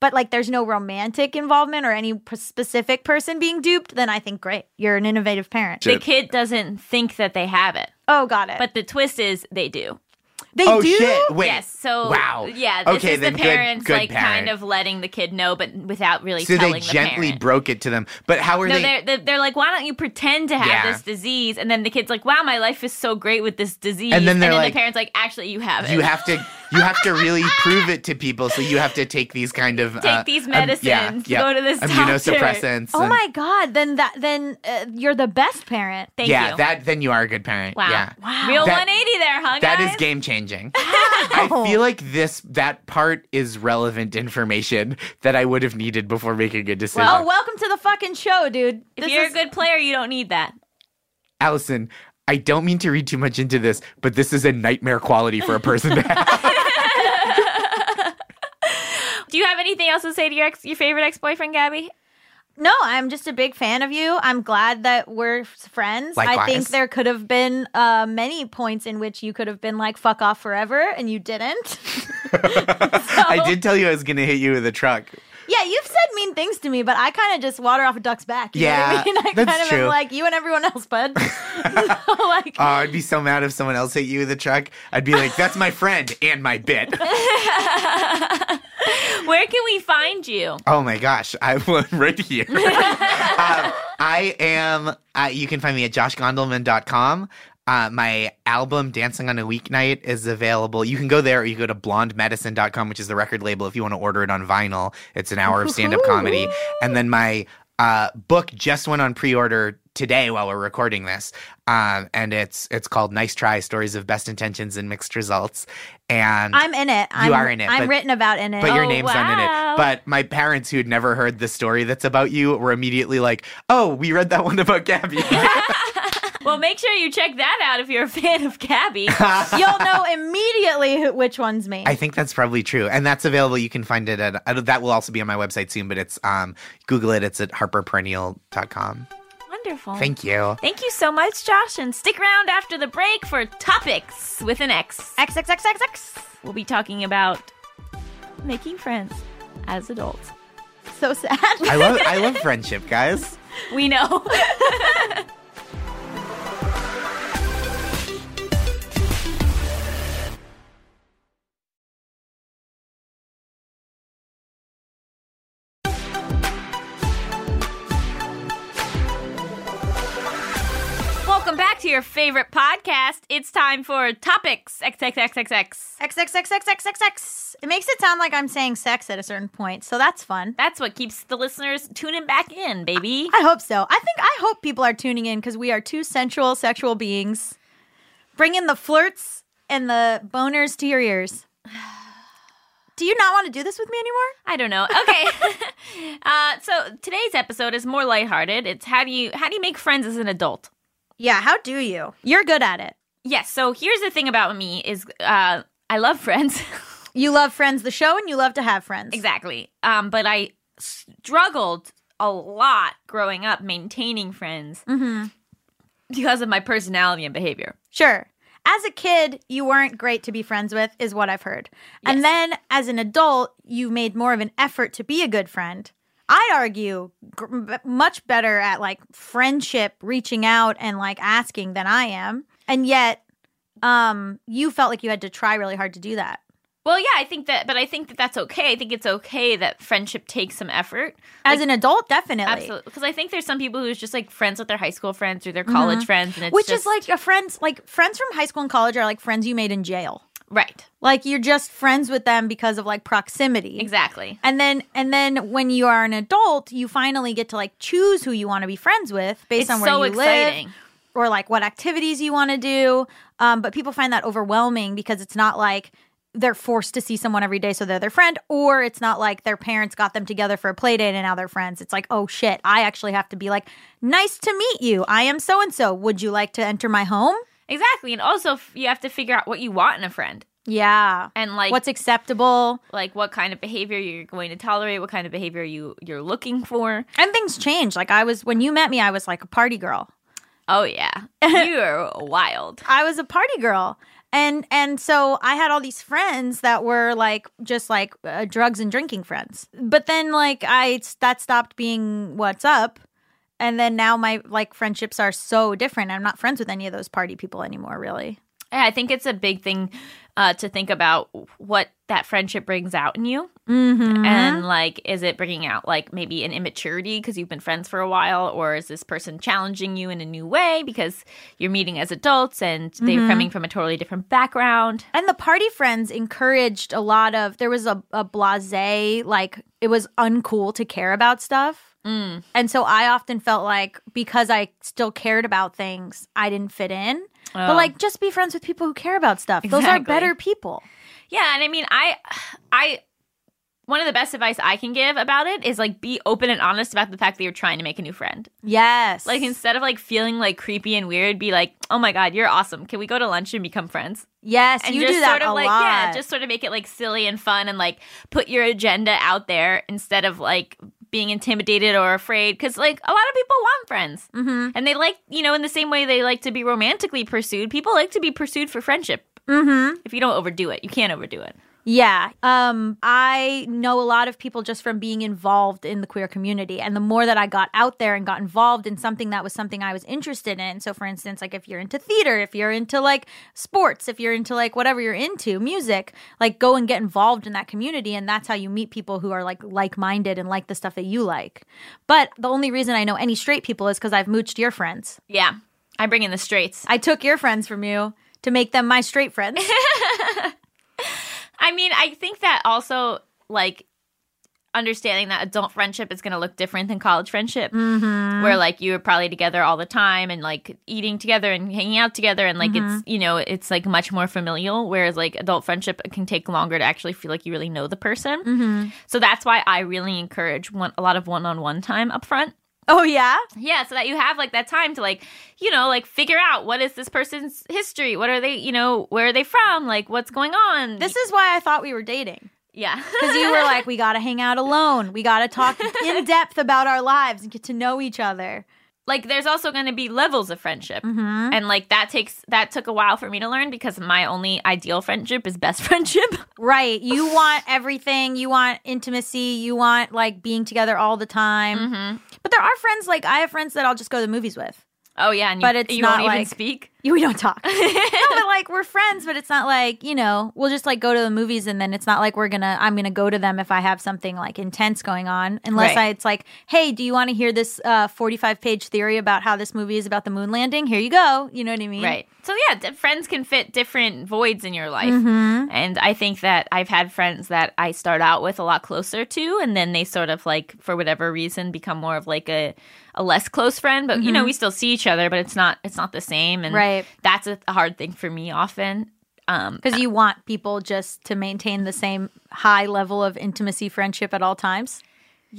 [SPEAKER 3] but like there's no romantic involvement or any p- specific person being duped, then I think great, you're an innovative parent.
[SPEAKER 2] The kid doesn't think that they have it,
[SPEAKER 3] Oh, got it.
[SPEAKER 2] but the twist is they do.
[SPEAKER 3] they
[SPEAKER 5] oh
[SPEAKER 3] do.
[SPEAKER 5] shit. Wait.
[SPEAKER 2] Yes. So
[SPEAKER 5] wow.
[SPEAKER 2] Yeah. This
[SPEAKER 5] okay,
[SPEAKER 2] is
[SPEAKER 5] then
[SPEAKER 2] the parents
[SPEAKER 5] good, good
[SPEAKER 2] like
[SPEAKER 5] parent.
[SPEAKER 2] kind of letting the kid know, but without really
[SPEAKER 5] so
[SPEAKER 2] telling
[SPEAKER 5] they
[SPEAKER 2] the
[SPEAKER 5] gently
[SPEAKER 2] parent.
[SPEAKER 5] broke it to them. But how are
[SPEAKER 2] no,
[SPEAKER 5] they
[SPEAKER 2] they're, they're they're like, why don't you pretend to have
[SPEAKER 5] Yeah.
[SPEAKER 2] this disease? And then the kid's like, wow, my life is so great with this disease.
[SPEAKER 5] And then they're like,
[SPEAKER 2] the parents like, actually, you have it.
[SPEAKER 5] you have to you have to really prove it to people so you have to take these kind of uh, um,
[SPEAKER 2] Take these medicines, go to this doctor.
[SPEAKER 5] immunosuppressants
[SPEAKER 3] Oh
[SPEAKER 5] and-
[SPEAKER 3] my god, then that then uh, you're the best parent.
[SPEAKER 2] Thank
[SPEAKER 5] yeah
[SPEAKER 2] you.
[SPEAKER 5] that then you are a good parent
[SPEAKER 2] wow.
[SPEAKER 5] yeah
[SPEAKER 2] Real
[SPEAKER 5] That-
[SPEAKER 2] 180 there, huh,
[SPEAKER 5] That
[SPEAKER 2] guys?
[SPEAKER 5] is game changing. I feel like this that part is relevant information that I would have needed before making a decision.
[SPEAKER 3] Oh, welcome to the fucking show, dude.
[SPEAKER 2] If
[SPEAKER 3] This
[SPEAKER 2] you're
[SPEAKER 3] is-
[SPEAKER 2] a good player, you don't need that.
[SPEAKER 5] Allison, I don't mean to read too much into this, but this is a nightmare quality for a person to have.
[SPEAKER 2] Do you have anything else to say to your ex, your favorite ex boyfriend, Gabby?
[SPEAKER 3] No, I'm just a big fan of you. I'm glad that we're s- friends. I
[SPEAKER 5] Likewise.
[SPEAKER 3] think there could have been uh, many points in which you could have been like "fuck off forever" and you didn't.
[SPEAKER 5] I did tell you I was going to hit you with a truck.
[SPEAKER 3] yeah, you've said mean things to me, but I kind of just water off a duck's back. You know what
[SPEAKER 5] Yeah,
[SPEAKER 3] I mean? I
[SPEAKER 5] that's
[SPEAKER 3] kind of
[SPEAKER 5] true.
[SPEAKER 3] am like you and everyone else, bud. like,
[SPEAKER 5] Oh, I'd be so mad if someone else hit you with a truck. I'd be like, "That's my friend and my bit."
[SPEAKER 2] Where can we find you?
[SPEAKER 5] Oh my gosh, I'm right here. um, I am, uh, you can find me at joshgondelman.com. Uh, my album, Dancing on a Weeknight, is available. You can go there or you go to blondemedicine.com, which is the record label if you want to order it on vinyl. It's an hour of stand up comedy. And then my uh, book just went on pre order today while we're recording this. Um, and it's it's called Nice Try Stories of Best Intentions and Mixed Results. And
[SPEAKER 3] I'm in it. I'm,
[SPEAKER 5] are in it,
[SPEAKER 3] I'm
[SPEAKER 5] but-
[SPEAKER 3] written about in it.
[SPEAKER 5] but your
[SPEAKER 2] Oh,
[SPEAKER 5] name's not in
[SPEAKER 2] wow.
[SPEAKER 5] it. But my parents, who had never heard the story that's about you, were immediately like, "Oh, we read that one about Gabby."
[SPEAKER 2] Well, make sure you check that out if you're a fan of Gabby.
[SPEAKER 3] You'll know immediately who, which one's me.
[SPEAKER 5] I think that's probably true, and that's available. You can find it at uh, that will also be on my website soon. But it's um, Google it. It's at harperperennial.com.
[SPEAKER 2] Wonderful.
[SPEAKER 5] Thank you.
[SPEAKER 2] Thank you so much, Josh, and stick around after the break for topics with an X.
[SPEAKER 3] XXXXX.
[SPEAKER 2] We'll be talking about making friends as adults.
[SPEAKER 3] So sad.
[SPEAKER 5] I love I love friendship, guys.
[SPEAKER 2] We know. Welcome back to your favorite podcast. It's time for topics XXXXX.
[SPEAKER 3] XXXXXXX. It makes it sound like I'm saying sex at a certain point, so that's fun.
[SPEAKER 2] That's what keeps the listeners tuning back in, baby.
[SPEAKER 3] I hope so. I think I hope people are tuning in because we are two sensual sexual beings. Bring in the flirts and the boners to your ears. Do you not want to do this with me anymore?
[SPEAKER 2] I don't know. Okay. uh, so today's episode is more lighthearted. It's how do you how do you make friends as an adult?
[SPEAKER 3] Yeah, how do you? You're good at it.
[SPEAKER 2] Yes. So here's the thing about me is uh, I love friends.
[SPEAKER 3] You love friends the show and you love to have friends.
[SPEAKER 2] exactly. Um, but I struggled a lot growing up maintaining friends
[SPEAKER 3] Mm-hmm.
[SPEAKER 2] because of my personality and behavior.
[SPEAKER 3] Sure. As a kid, you weren't great to be friends with, is what I've heard. And then as an adult, you made more of an effort to be a good friend. I argue gr- b- much better at like friendship, reaching out and like asking than I am. And yet, um, you felt like you had to try really hard to do that.
[SPEAKER 2] Well, yeah, I think that, but I think that that's okay. I think it's okay that friendship takes some effort.
[SPEAKER 3] As an adult, definitely.
[SPEAKER 2] Absolutely, because I think there's some people who's just like friends with their high school friends or their college friends, and it's
[SPEAKER 3] Mm-hmm. Which
[SPEAKER 2] just-
[SPEAKER 3] is like a friend's, like friends from high school and college are like friends you made in jail.
[SPEAKER 2] right,
[SPEAKER 3] Like you're just friends with them because of like proximity.
[SPEAKER 2] exactly.
[SPEAKER 3] And then and then when you are an adult, you finally get to like choose who you want to be friends with based
[SPEAKER 2] It's
[SPEAKER 3] on where
[SPEAKER 2] so
[SPEAKER 3] you
[SPEAKER 2] exciting.
[SPEAKER 3] live or like what activities you want to do. Um, but people find that overwhelming because it's not like they're forced to see someone every day, so they're their friend, or it's not like their parents got them together for a play date and now they're friends. It's like, oh shit, I actually have to be like, nice to meet you. I am so and so. Would you like to enter my home?
[SPEAKER 2] Exactly, and also f- you have to figure out what you want in a friend
[SPEAKER 3] Yeah.
[SPEAKER 2] and like
[SPEAKER 3] What's acceptable?
[SPEAKER 2] like what kind of behavior you're going to tolerate, what kind of behavior you you're looking for.
[SPEAKER 3] And things change. Like I was when you met me, I was like a party girl.
[SPEAKER 2] Oh yeah, you're wild.
[SPEAKER 3] I was a party girl. And and so I had all these friends that were like just like uh, drugs and drinking friends. But then like I that stopped being what's up. And then now my like friendships are so different. I'm not friends with any of those party people anymore, really.
[SPEAKER 2] Yeah, I think it's a big thing uh, to think about what that friendship brings out in you.
[SPEAKER 3] Mhm.
[SPEAKER 2] And like, is it bringing out like maybe an immaturity because you've been friends for a while, or is this person challenging you in a new way because you're meeting as adults and they're
[SPEAKER 3] Mm-hmm.
[SPEAKER 2] coming from a totally different background?
[SPEAKER 3] And the party friends encouraged a lot of there was a, a blase, like it was uncool to care about stuff.
[SPEAKER 2] Mm.
[SPEAKER 3] And so I often felt like because I still cared about things, I didn't fit in.
[SPEAKER 2] Oh.
[SPEAKER 3] But like just be friends with people who care about stuff. Those are
[SPEAKER 2] Exactly.
[SPEAKER 3] better people.
[SPEAKER 2] Yeah, and I mean, I, I, one of the best advice I can give about it is like be open and honest about the fact that you're trying to make a new friend.
[SPEAKER 3] Yes.
[SPEAKER 2] Like instead of like feeling like creepy and weird, be like, oh my god, you're awesome. Can we go to lunch and become friends?
[SPEAKER 3] yes,
[SPEAKER 2] And
[SPEAKER 3] you
[SPEAKER 2] just
[SPEAKER 3] do that
[SPEAKER 2] sort of
[SPEAKER 3] a
[SPEAKER 2] like
[SPEAKER 3] lot.
[SPEAKER 2] yeah, just sort of make it like silly and fun and like put your agenda out there instead of like being intimidated or afraid cuz like a lot of people want friends.
[SPEAKER 3] Mhm.
[SPEAKER 2] And they like, you know, in the same way they like to be romantically pursued, people like to be pursued for friendship.
[SPEAKER 3] Mhm.
[SPEAKER 2] If you don't overdo it, you can't overdo it.
[SPEAKER 3] Yeah. Um, I know a lot of people just from being involved in the queer community. And the more that I got out there and got involved in something that was something I was interested in. So, for instance, like if you're into theater, if you're into like sports, if you're into like whatever you're into, music, like go and get involved in that community. And that's how you meet people who are like like minded and like the stuff that you like. But the only reason I know any straight people is because I've mooched your friends.
[SPEAKER 2] Yeah. I bring in the straights.
[SPEAKER 3] I took your friends from you to make them my straight friends.
[SPEAKER 2] I mean, I think that also like understanding that adult friendship is going to look different than college friendship where like you were probably together all the time and like eating together and hanging out together and like it's you know it's like much more familial whereas like adult friendship can take longer to actually feel like you really know the person so that's why i really encourage one, a lot of one-on-one time up front
[SPEAKER 3] Oh yeah.
[SPEAKER 2] yeah, so that you have like that time to like, you know, like figure out what is this person's history? What are they, you know, where are they from? Like what's going on?
[SPEAKER 3] This is why I thought we were dating.
[SPEAKER 2] yeah.
[SPEAKER 3] Because you were like, we gotta hang out alone. We gotta talk in depth about our lives and get to know each other.
[SPEAKER 2] like there's also going to be levels of friendship.
[SPEAKER 3] Mm-hmm.
[SPEAKER 2] And like that takes that took a while for me to learn because my only ideal friendship is best friendship.
[SPEAKER 3] Right. You want everything. You want intimacy. You want like being together all the time.
[SPEAKER 2] Mm-hmm.
[SPEAKER 3] But there are friends like I have friends that I'll just go to the movies with.
[SPEAKER 2] Oh yeah, and you,
[SPEAKER 3] But it's
[SPEAKER 2] you
[SPEAKER 3] not
[SPEAKER 2] won't even
[SPEAKER 3] like-
[SPEAKER 2] speak.
[SPEAKER 3] You- We don't talk. no, but like we're friends, but it's not like, you know, we'll just like go to the movies and then it's not like we're gonna I'm gonna go to them if I have something like intense going on. Unless
[SPEAKER 2] Right.
[SPEAKER 3] I it's like, hey, do you wanna hear this uh forty five page theory about how this movie is about the moon landing? Here you go. You know what I mean?
[SPEAKER 2] Right. So yeah, d- friends can fit different voids in your life.
[SPEAKER 3] Mm-hmm.
[SPEAKER 2] And I think that I've had friends that I start out with a lot closer to and then they sort of like for whatever reason become more of like a a less close friend, but you know, we still see each other, but it's not it's not the same and
[SPEAKER 3] Mm-hmm. Right.
[SPEAKER 2] that's a a hard thing for me often. Um
[SPEAKER 3] Because you want people just to maintain the same high level of intimacy friendship at all times.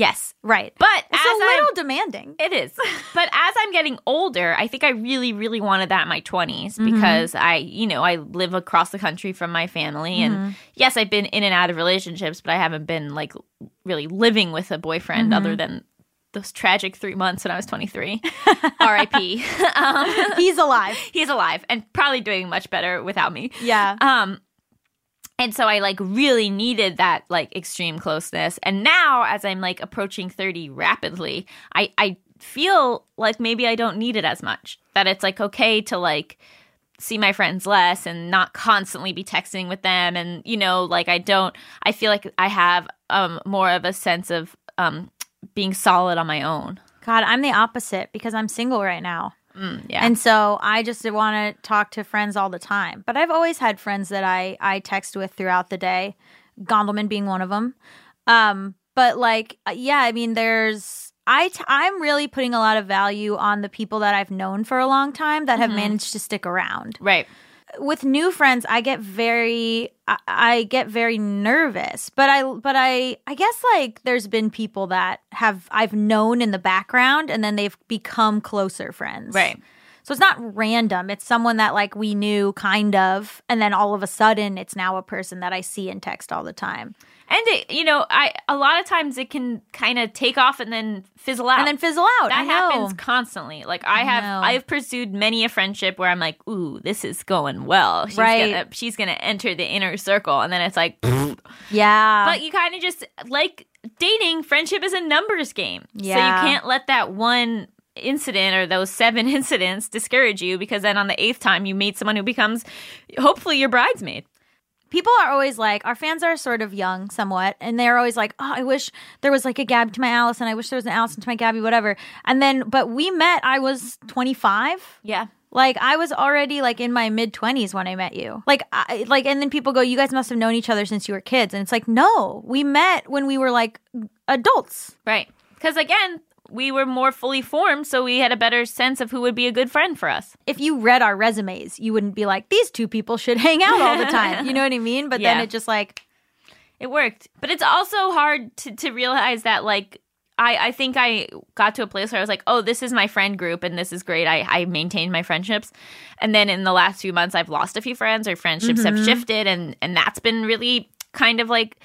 [SPEAKER 2] yes.
[SPEAKER 3] Right.
[SPEAKER 2] But
[SPEAKER 3] it's
[SPEAKER 2] as
[SPEAKER 3] a
[SPEAKER 2] I'm-
[SPEAKER 3] little demanding.
[SPEAKER 2] It is. But as I'm getting older, I think I really, really wanted that in my 20s because I, you know, I live across the country from my family. And yes, I've been in and out of relationships, but I haven't been like really living with a boyfriend other than those tragic three months when I was 23. RIP. um,
[SPEAKER 3] He's alive.
[SPEAKER 2] he's alive and probably doing much better without me.
[SPEAKER 3] Yeah.
[SPEAKER 2] Um and so I like really needed that like extreme closeness. And now as I'm like approaching 30 rapidly, I I feel like maybe I don't need it as much. That it's like okay to like see my friends less and not constantly be texting with them and you know like I don't I feel like I have um more of a sense of um being solid on my own.
[SPEAKER 3] God, I'm the opposite because I'm single right now.
[SPEAKER 2] Mm, yeah.
[SPEAKER 3] And so I just want to talk to friends all the time. But I've always had friends that I, I text with throughout the day, Gondelman being one of them. Um, but like, uh, yeah, I mean, there's, I t- I'm really putting a lot of value on the people that I've known for a long time that
[SPEAKER 2] Mm-hmm.
[SPEAKER 3] have managed to stick around.
[SPEAKER 2] right.
[SPEAKER 3] with new friends i get very I, I get very nervous but i but i i guess like there's been people that have i've known in the background and then they've become closer friends
[SPEAKER 2] Right.
[SPEAKER 3] so it's not random it's someone that like we knew kind of and then all of a sudden it's now a person that i see and text all the time
[SPEAKER 2] And it, you know, I a lot of times it can kind of take off and then fizzle out.
[SPEAKER 3] and then fizzle out
[SPEAKER 2] Oh, that
[SPEAKER 3] I know.
[SPEAKER 2] happens constantly. Like I have,
[SPEAKER 3] know.
[SPEAKER 2] I've pursued many a friendship where I'm like, "Ooh, this is going well. She's
[SPEAKER 3] Right.
[SPEAKER 2] gonna, she's gonna enter the inner circle," and then it's like,
[SPEAKER 3] yeah
[SPEAKER 2] but you kind of just like dating. Friendship is a numbers game, so
[SPEAKER 3] Yeah.
[SPEAKER 2] you can't let that one incident or those seven incidents discourage you because then on the eighth time you meet someone who becomes hopefully your bridesmaid.
[SPEAKER 3] people are always like our fans are sort of young somewhat and they're always like oh i wish there was like a gab to my allison i wish there was an allison to my gabby whatever and then but we met i was 25
[SPEAKER 2] Yeah.
[SPEAKER 3] like i was already like in my mid 20s when i met you like I, like and then people go you guys must have known each other since you were kids and it's like no we met when we were like adults
[SPEAKER 2] Right. Because again, we were more fully formed, so we had a better sense of who would be a good friend for us.
[SPEAKER 3] if you read our resumes you wouldn't be like these two people should hang out all the time you know what i mean but
[SPEAKER 2] Yeah.
[SPEAKER 3] then it just like
[SPEAKER 2] It worked. But it's also hard to, to realize that, like, I, I think I got to a place where I was like, oh, this is my friend group and this is great. I, I maintained my friendships. And then in the last few months, I've lost a few friends or friendships have shifted. And, and that's been really kind of like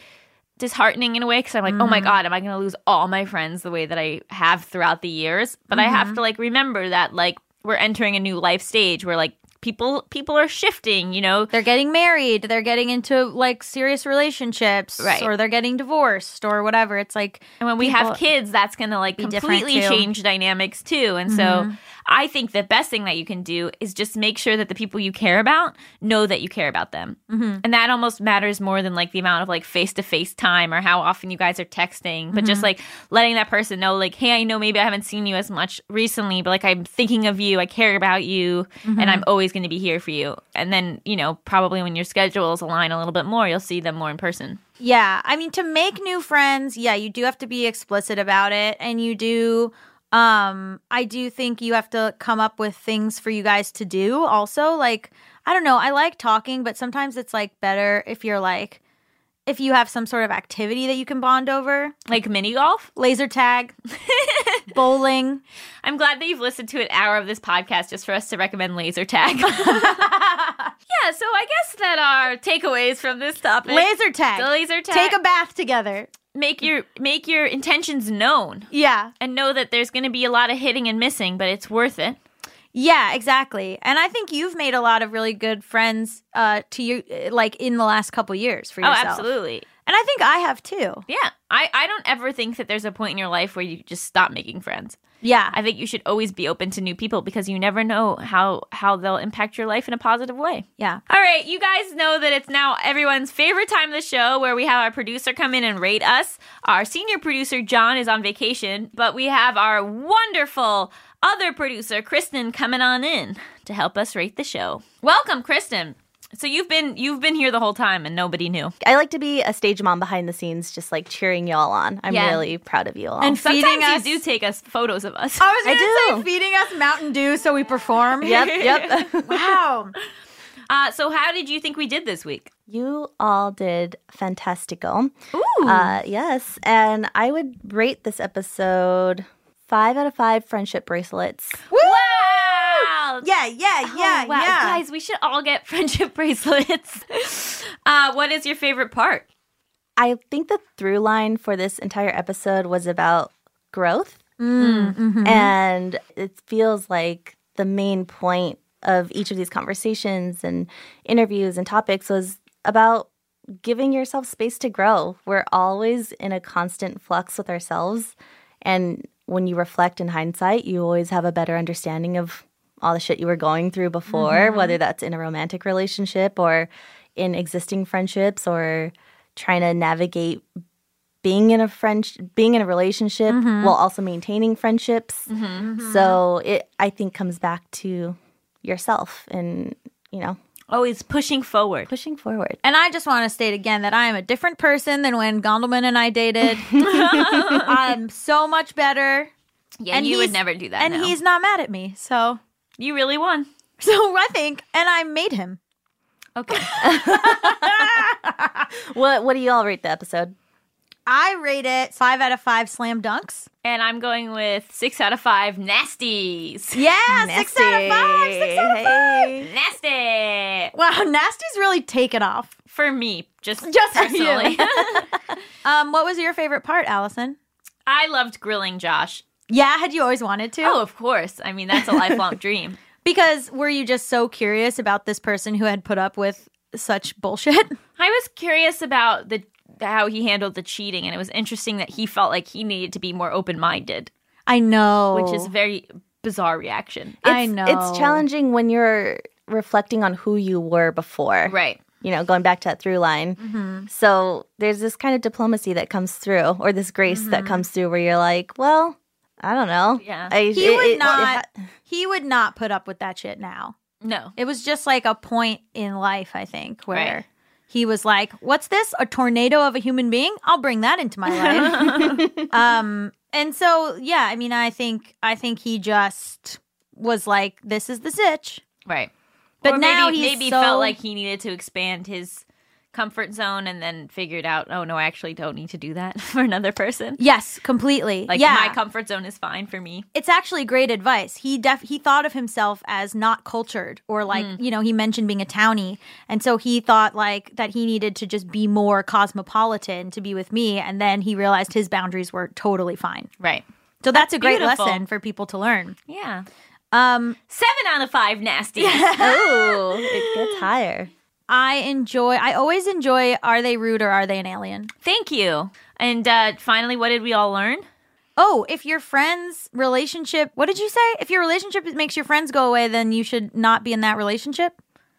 [SPEAKER 2] disheartening in a way because I'm like, oh my God, am I going to lose all my friends the way that I have throughout the years? But I have to like remember that, like, we're entering a new life stage where like people people are shifting, you know,
[SPEAKER 3] they're getting married, they're getting into like serious relationships,
[SPEAKER 2] Right.
[SPEAKER 3] or they're getting divorced or whatever. It's like
[SPEAKER 2] And when we have
[SPEAKER 3] people-
[SPEAKER 2] kids, that's going to like
[SPEAKER 3] different,
[SPEAKER 2] completely
[SPEAKER 3] too. Mm-hmm.
[SPEAKER 2] change dynamics too. And so I think the best thing that you can do is just make sure that the people you care about know that you care about them.
[SPEAKER 3] Mm-hmm.
[SPEAKER 2] And that almost matters more than like the amount of like face to face time or how often you guys are texting, but
[SPEAKER 3] Mm-hmm.
[SPEAKER 2] just like letting that person know, like, hey,
[SPEAKER 3] Mm-hmm.
[SPEAKER 2] I know maybe I haven't seen you as much recently, but like I'm thinking of you, I care about you, and I'm always going to be here for you. And then, you know, probably when your schedules align a little bit more, you'll see them more in person.
[SPEAKER 3] Yeah, I mean to make new friends, yeah, you do have to be explicit about it and you do um I do think you have to come up with things for you guys to do also like I don't know, I like talking, but sometimes it's like better if you're like if you have some sort of activity that you can bond over,
[SPEAKER 2] Like mini golf?
[SPEAKER 3] laser tag, bowling.
[SPEAKER 2] I'm glad that you've listened to an hour of this podcast just for us to recommend laser tag. yeah, so I guess that our takeaways from this topic
[SPEAKER 3] Laser tag.
[SPEAKER 2] the laser tag
[SPEAKER 3] Take a bath together.
[SPEAKER 2] make your make your intentions known
[SPEAKER 3] Yeah.
[SPEAKER 2] and know that there's going to be a lot of hitting and missing, but it's worth it.
[SPEAKER 3] Yeah, exactly. And I think you've made a lot of really good friends uh to you like in the last couple years for yourself.
[SPEAKER 2] Oh, absolutely.
[SPEAKER 3] And I think I have too.
[SPEAKER 2] Yeah. I, I don't ever think that there's a point in your life where you just stop making friends.
[SPEAKER 3] Yeah.
[SPEAKER 2] I think you should always be open to new people because you never know how how they'll impact your life in a positive way.
[SPEAKER 3] yeah.
[SPEAKER 2] All right, you guys know that it's now everyone's favorite time of the show where we have our producer come in and rate us. Our senior producer, John, is on vacation, but we have our wonderful other producer, Kristen, coming on in to help us rate the show. Welcome, Kristen. So you've been you've been here the whole time and nobody knew.
[SPEAKER 6] I like to be a stage mom behind the scenes, just like cheering y'all on. I'm
[SPEAKER 2] Yeah.
[SPEAKER 6] really proud of you all.
[SPEAKER 3] And feeding
[SPEAKER 2] Sometimes
[SPEAKER 3] us-
[SPEAKER 2] you do take us photos of us.
[SPEAKER 3] I was
[SPEAKER 6] I
[SPEAKER 3] gonna
[SPEAKER 6] do.
[SPEAKER 3] say feeding us Mountain Dew so we perform.
[SPEAKER 6] yep, yep.
[SPEAKER 3] Wow.
[SPEAKER 2] Uh, so how did you think we did this week?
[SPEAKER 6] you all did fantastical.
[SPEAKER 2] Ooh.
[SPEAKER 6] Uh, yes, and I would rate this episode five out of five friendship bracelets.
[SPEAKER 2] wow.
[SPEAKER 3] Yeah, yeah, yeah,
[SPEAKER 2] Oh, wow.
[SPEAKER 3] yeah.
[SPEAKER 2] Guys, we should all get friendship bracelets. uh, what is your favorite part?
[SPEAKER 6] I think the through line for this entire episode was about growth.
[SPEAKER 3] Mm, mm-hmm.
[SPEAKER 6] And it feels like the main point of each of these conversations and interviews and topics was about giving yourself space to grow. We're always in a constant flux with ourselves. And when you reflect in hindsight, you always have a better understanding of all the shit you were going through before, whether that's in a romantic relationship or in existing friendships or trying to navigate being in a French being in a relationship while also maintaining friendships. mm-hmm. So it I think comes back to yourself and you know
[SPEAKER 3] Oh,
[SPEAKER 2] Always pushing forward.
[SPEAKER 6] pushing forward.
[SPEAKER 3] And I just want to state again that I am a different person than when Gondelman and I dated. I'm so much better.
[SPEAKER 2] Yeah,
[SPEAKER 3] And
[SPEAKER 2] you would
[SPEAKER 3] he's-
[SPEAKER 2] never do that.
[SPEAKER 3] And
[SPEAKER 2] now.
[SPEAKER 3] he's not mad at me. So
[SPEAKER 2] you really won.
[SPEAKER 3] so I think and I made him.
[SPEAKER 2] Okay.
[SPEAKER 6] What what do you all rate the episode?
[SPEAKER 3] I rate it five out of five slam dunks.
[SPEAKER 2] and I'm going with six out of five nasties.
[SPEAKER 3] Yeah, six out of five. Six out of five.
[SPEAKER 2] Nasty
[SPEAKER 3] Wow, Nasty's really taken off.
[SPEAKER 2] for me, just
[SPEAKER 3] Just for you.
[SPEAKER 2] personally.
[SPEAKER 3] Um, what was your favorite part, Allison?
[SPEAKER 2] I loved grilling Josh.
[SPEAKER 3] Yeah, had you always wanted to?
[SPEAKER 2] Oh, of course. I mean, that's a lifelong dream.
[SPEAKER 3] Because were you just so curious about this person who had put up with such bullshit?
[SPEAKER 2] I was curious about the how he handled the cheating, and it was interesting that he felt like he needed to be more open minded,
[SPEAKER 3] I know.
[SPEAKER 2] which is a very bizarre reaction.
[SPEAKER 3] I
[SPEAKER 6] It's-
[SPEAKER 3] know.
[SPEAKER 6] It's challenging when you're reflecting on who you were before.
[SPEAKER 2] Right. Mm-hmm.
[SPEAKER 6] You know, going back to that through line. So there's this kind of diplomacy that comes through, or this grace that comes through, where you're like, well, I don't know.
[SPEAKER 2] Mm-hmm. Yeah.
[SPEAKER 6] I,
[SPEAKER 3] he
[SPEAKER 6] it-
[SPEAKER 3] would
[SPEAKER 6] it-
[SPEAKER 3] not he would not put up with that shit now.
[SPEAKER 2] No.
[SPEAKER 3] It was just like a point in life, I think, where
[SPEAKER 2] Right.
[SPEAKER 3] he was like, What's this? A tornado of a human being? I'll bring that into my life. um and so yeah, I mean I think I think he just was like, This is the sitch.
[SPEAKER 2] Right.
[SPEAKER 3] But
[SPEAKER 2] Or
[SPEAKER 3] now
[SPEAKER 2] maybe,
[SPEAKER 3] he's
[SPEAKER 2] maybe
[SPEAKER 3] so-
[SPEAKER 2] felt like he needed to expand his comfort zone and then figured out, oh no, I actually don't need to do that for another person.
[SPEAKER 3] Yes, completely.
[SPEAKER 2] Like
[SPEAKER 3] yeah.
[SPEAKER 2] my comfort zone is fine for me.
[SPEAKER 3] it's actually great advice. He def he thought of himself as not cultured or like,
[SPEAKER 2] Mm.
[SPEAKER 3] you know, he mentioned being a townie. And so he thought like that he needed to just be more cosmopolitan to be with me and then he realized his boundaries were totally fine.
[SPEAKER 2] Right.
[SPEAKER 3] So that's, a great
[SPEAKER 2] beautiful.
[SPEAKER 3] lesson for people to learn.
[SPEAKER 2] Yeah.
[SPEAKER 3] Um
[SPEAKER 2] Seven out of five nasty.
[SPEAKER 6] oh, it gets higher.
[SPEAKER 3] I enjoy I always enjoy are they rude or are they an alien?
[SPEAKER 2] Thank you. And uh, finally, what did we all learn?
[SPEAKER 3] Oh, if your friend's relationship, what did you say? If your relationship makes your friends go away, then you should not be in that relationship.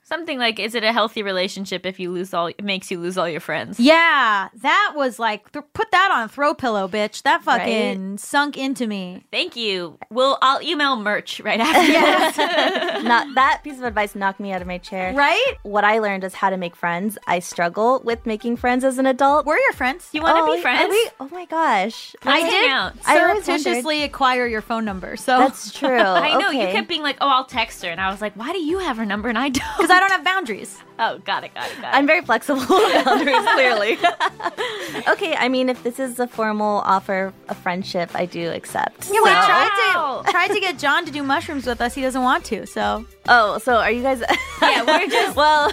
[SPEAKER 2] Something like, is it a healthy relationship if you lose all, it makes you lose all your friends?
[SPEAKER 3] Yeah, that was like th- put that on a throw pillow, bitch. That fucking sunk into me.
[SPEAKER 2] Thank you. We'll, I'll email merch right after this.
[SPEAKER 6] Not that piece of advice knocked me out of my chair.
[SPEAKER 3] Right?
[SPEAKER 6] What I learned is how to make friends. I struggle with making friends as an adult.
[SPEAKER 3] We're your friends.
[SPEAKER 2] you want to
[SPEAKER 6] Oh,
[SPEAKER 2] be
[SPEAKER 6] are
[SPEAKER 2] friends?
[SPEAKER 6] we- oh my gosh.
[SPEAKER 2] Let's
[SPEAKER 3] I
[SPEAKER 2] hang
[SPEAKER 3] did.
[SPEAKER 2] out.
[SPEAKER 6] I always wondered.
[SPEAKER 3] surreptitiously acquire your phone number. So
[SPEAKER 6] That's true.
[SPEAKER 2] I know you
[SPEAKER 6] Okay.
[SPEAKER 2] kept being like, "Oh, I'll text her," and I was like, "Why do you have her number and I don't?"
[SPEAKER 3] because I don't have boundaries.
[SPEAKER 2] oh, got it, got it, got it.
[SPEAKER 6] I'm very flexible with boundaries, clearly. okay, I mean, if this is a formal offer of friendship, I do accept.
[SPEAKER 3] Yeah, we
[SPEAKER 2] Wow.
[SPEAKER 3] tried
[SPEAKER 2] Wow.
[SPEAKER 3] to tried to get John to do mushrooms with us. He doesn't want to. So
[SPEAKER 6] Oh, so are you guys?
[SPEAKER 2] yeah, we're just
[SPEAKER 6] well,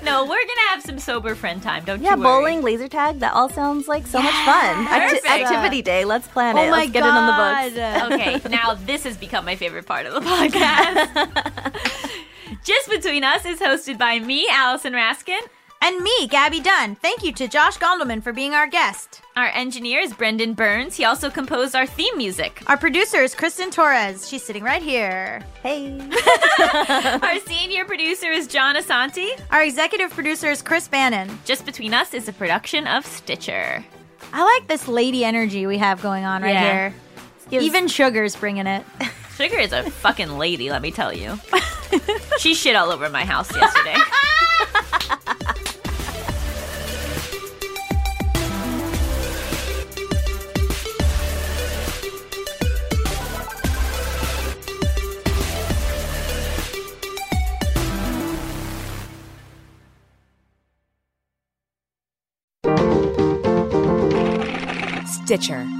[SPEAKER 2] no, we're gonna have some sober friend time. Don't
[SPEAKER 6] yeah,
[SPEAKER 2] you worry.
[SPEAKER 6] bowling, laser tag. That all sounds like so much fun. Acti-
[SPEAKER 2] perfect.
[SPEAKER 6] activity day. Let's plan it. Let's get it on the books.
[SPEAKER 2] Okay, now this has become my favorite part of the podcast. Just Between Us is hosted by me, Allison Raskin.
[SPEAKER 3] And me, Gabby Dunn. Thank you to Josh Gondelman for being our guest.
[SPEAKER 2] Our engineer is Brendan Burns. He also composed our theme music.
[SPEAKER 3] Our producer is Kristen Torres. She's sitting right here.
[SPEAKER 6] Hey.
[SPEAKER 2] Our senior producer is John Asante.
[SPEAKER 3] Our executive producer is Chris Bannon.
[SPEAKER 2] Just Between Us is a production of Stitcher.
[SPEAKER 3] I like this lady energy we have going on right
[SPEAKER 2] Yeah.
[SPEAKER 3] here. Even Sugar's bringing it.
[SPEAKER 2] Sugar is a fucking lady, let me tell you. she shit all over my house yesterday.
[SPEAKER 1] Stitcher.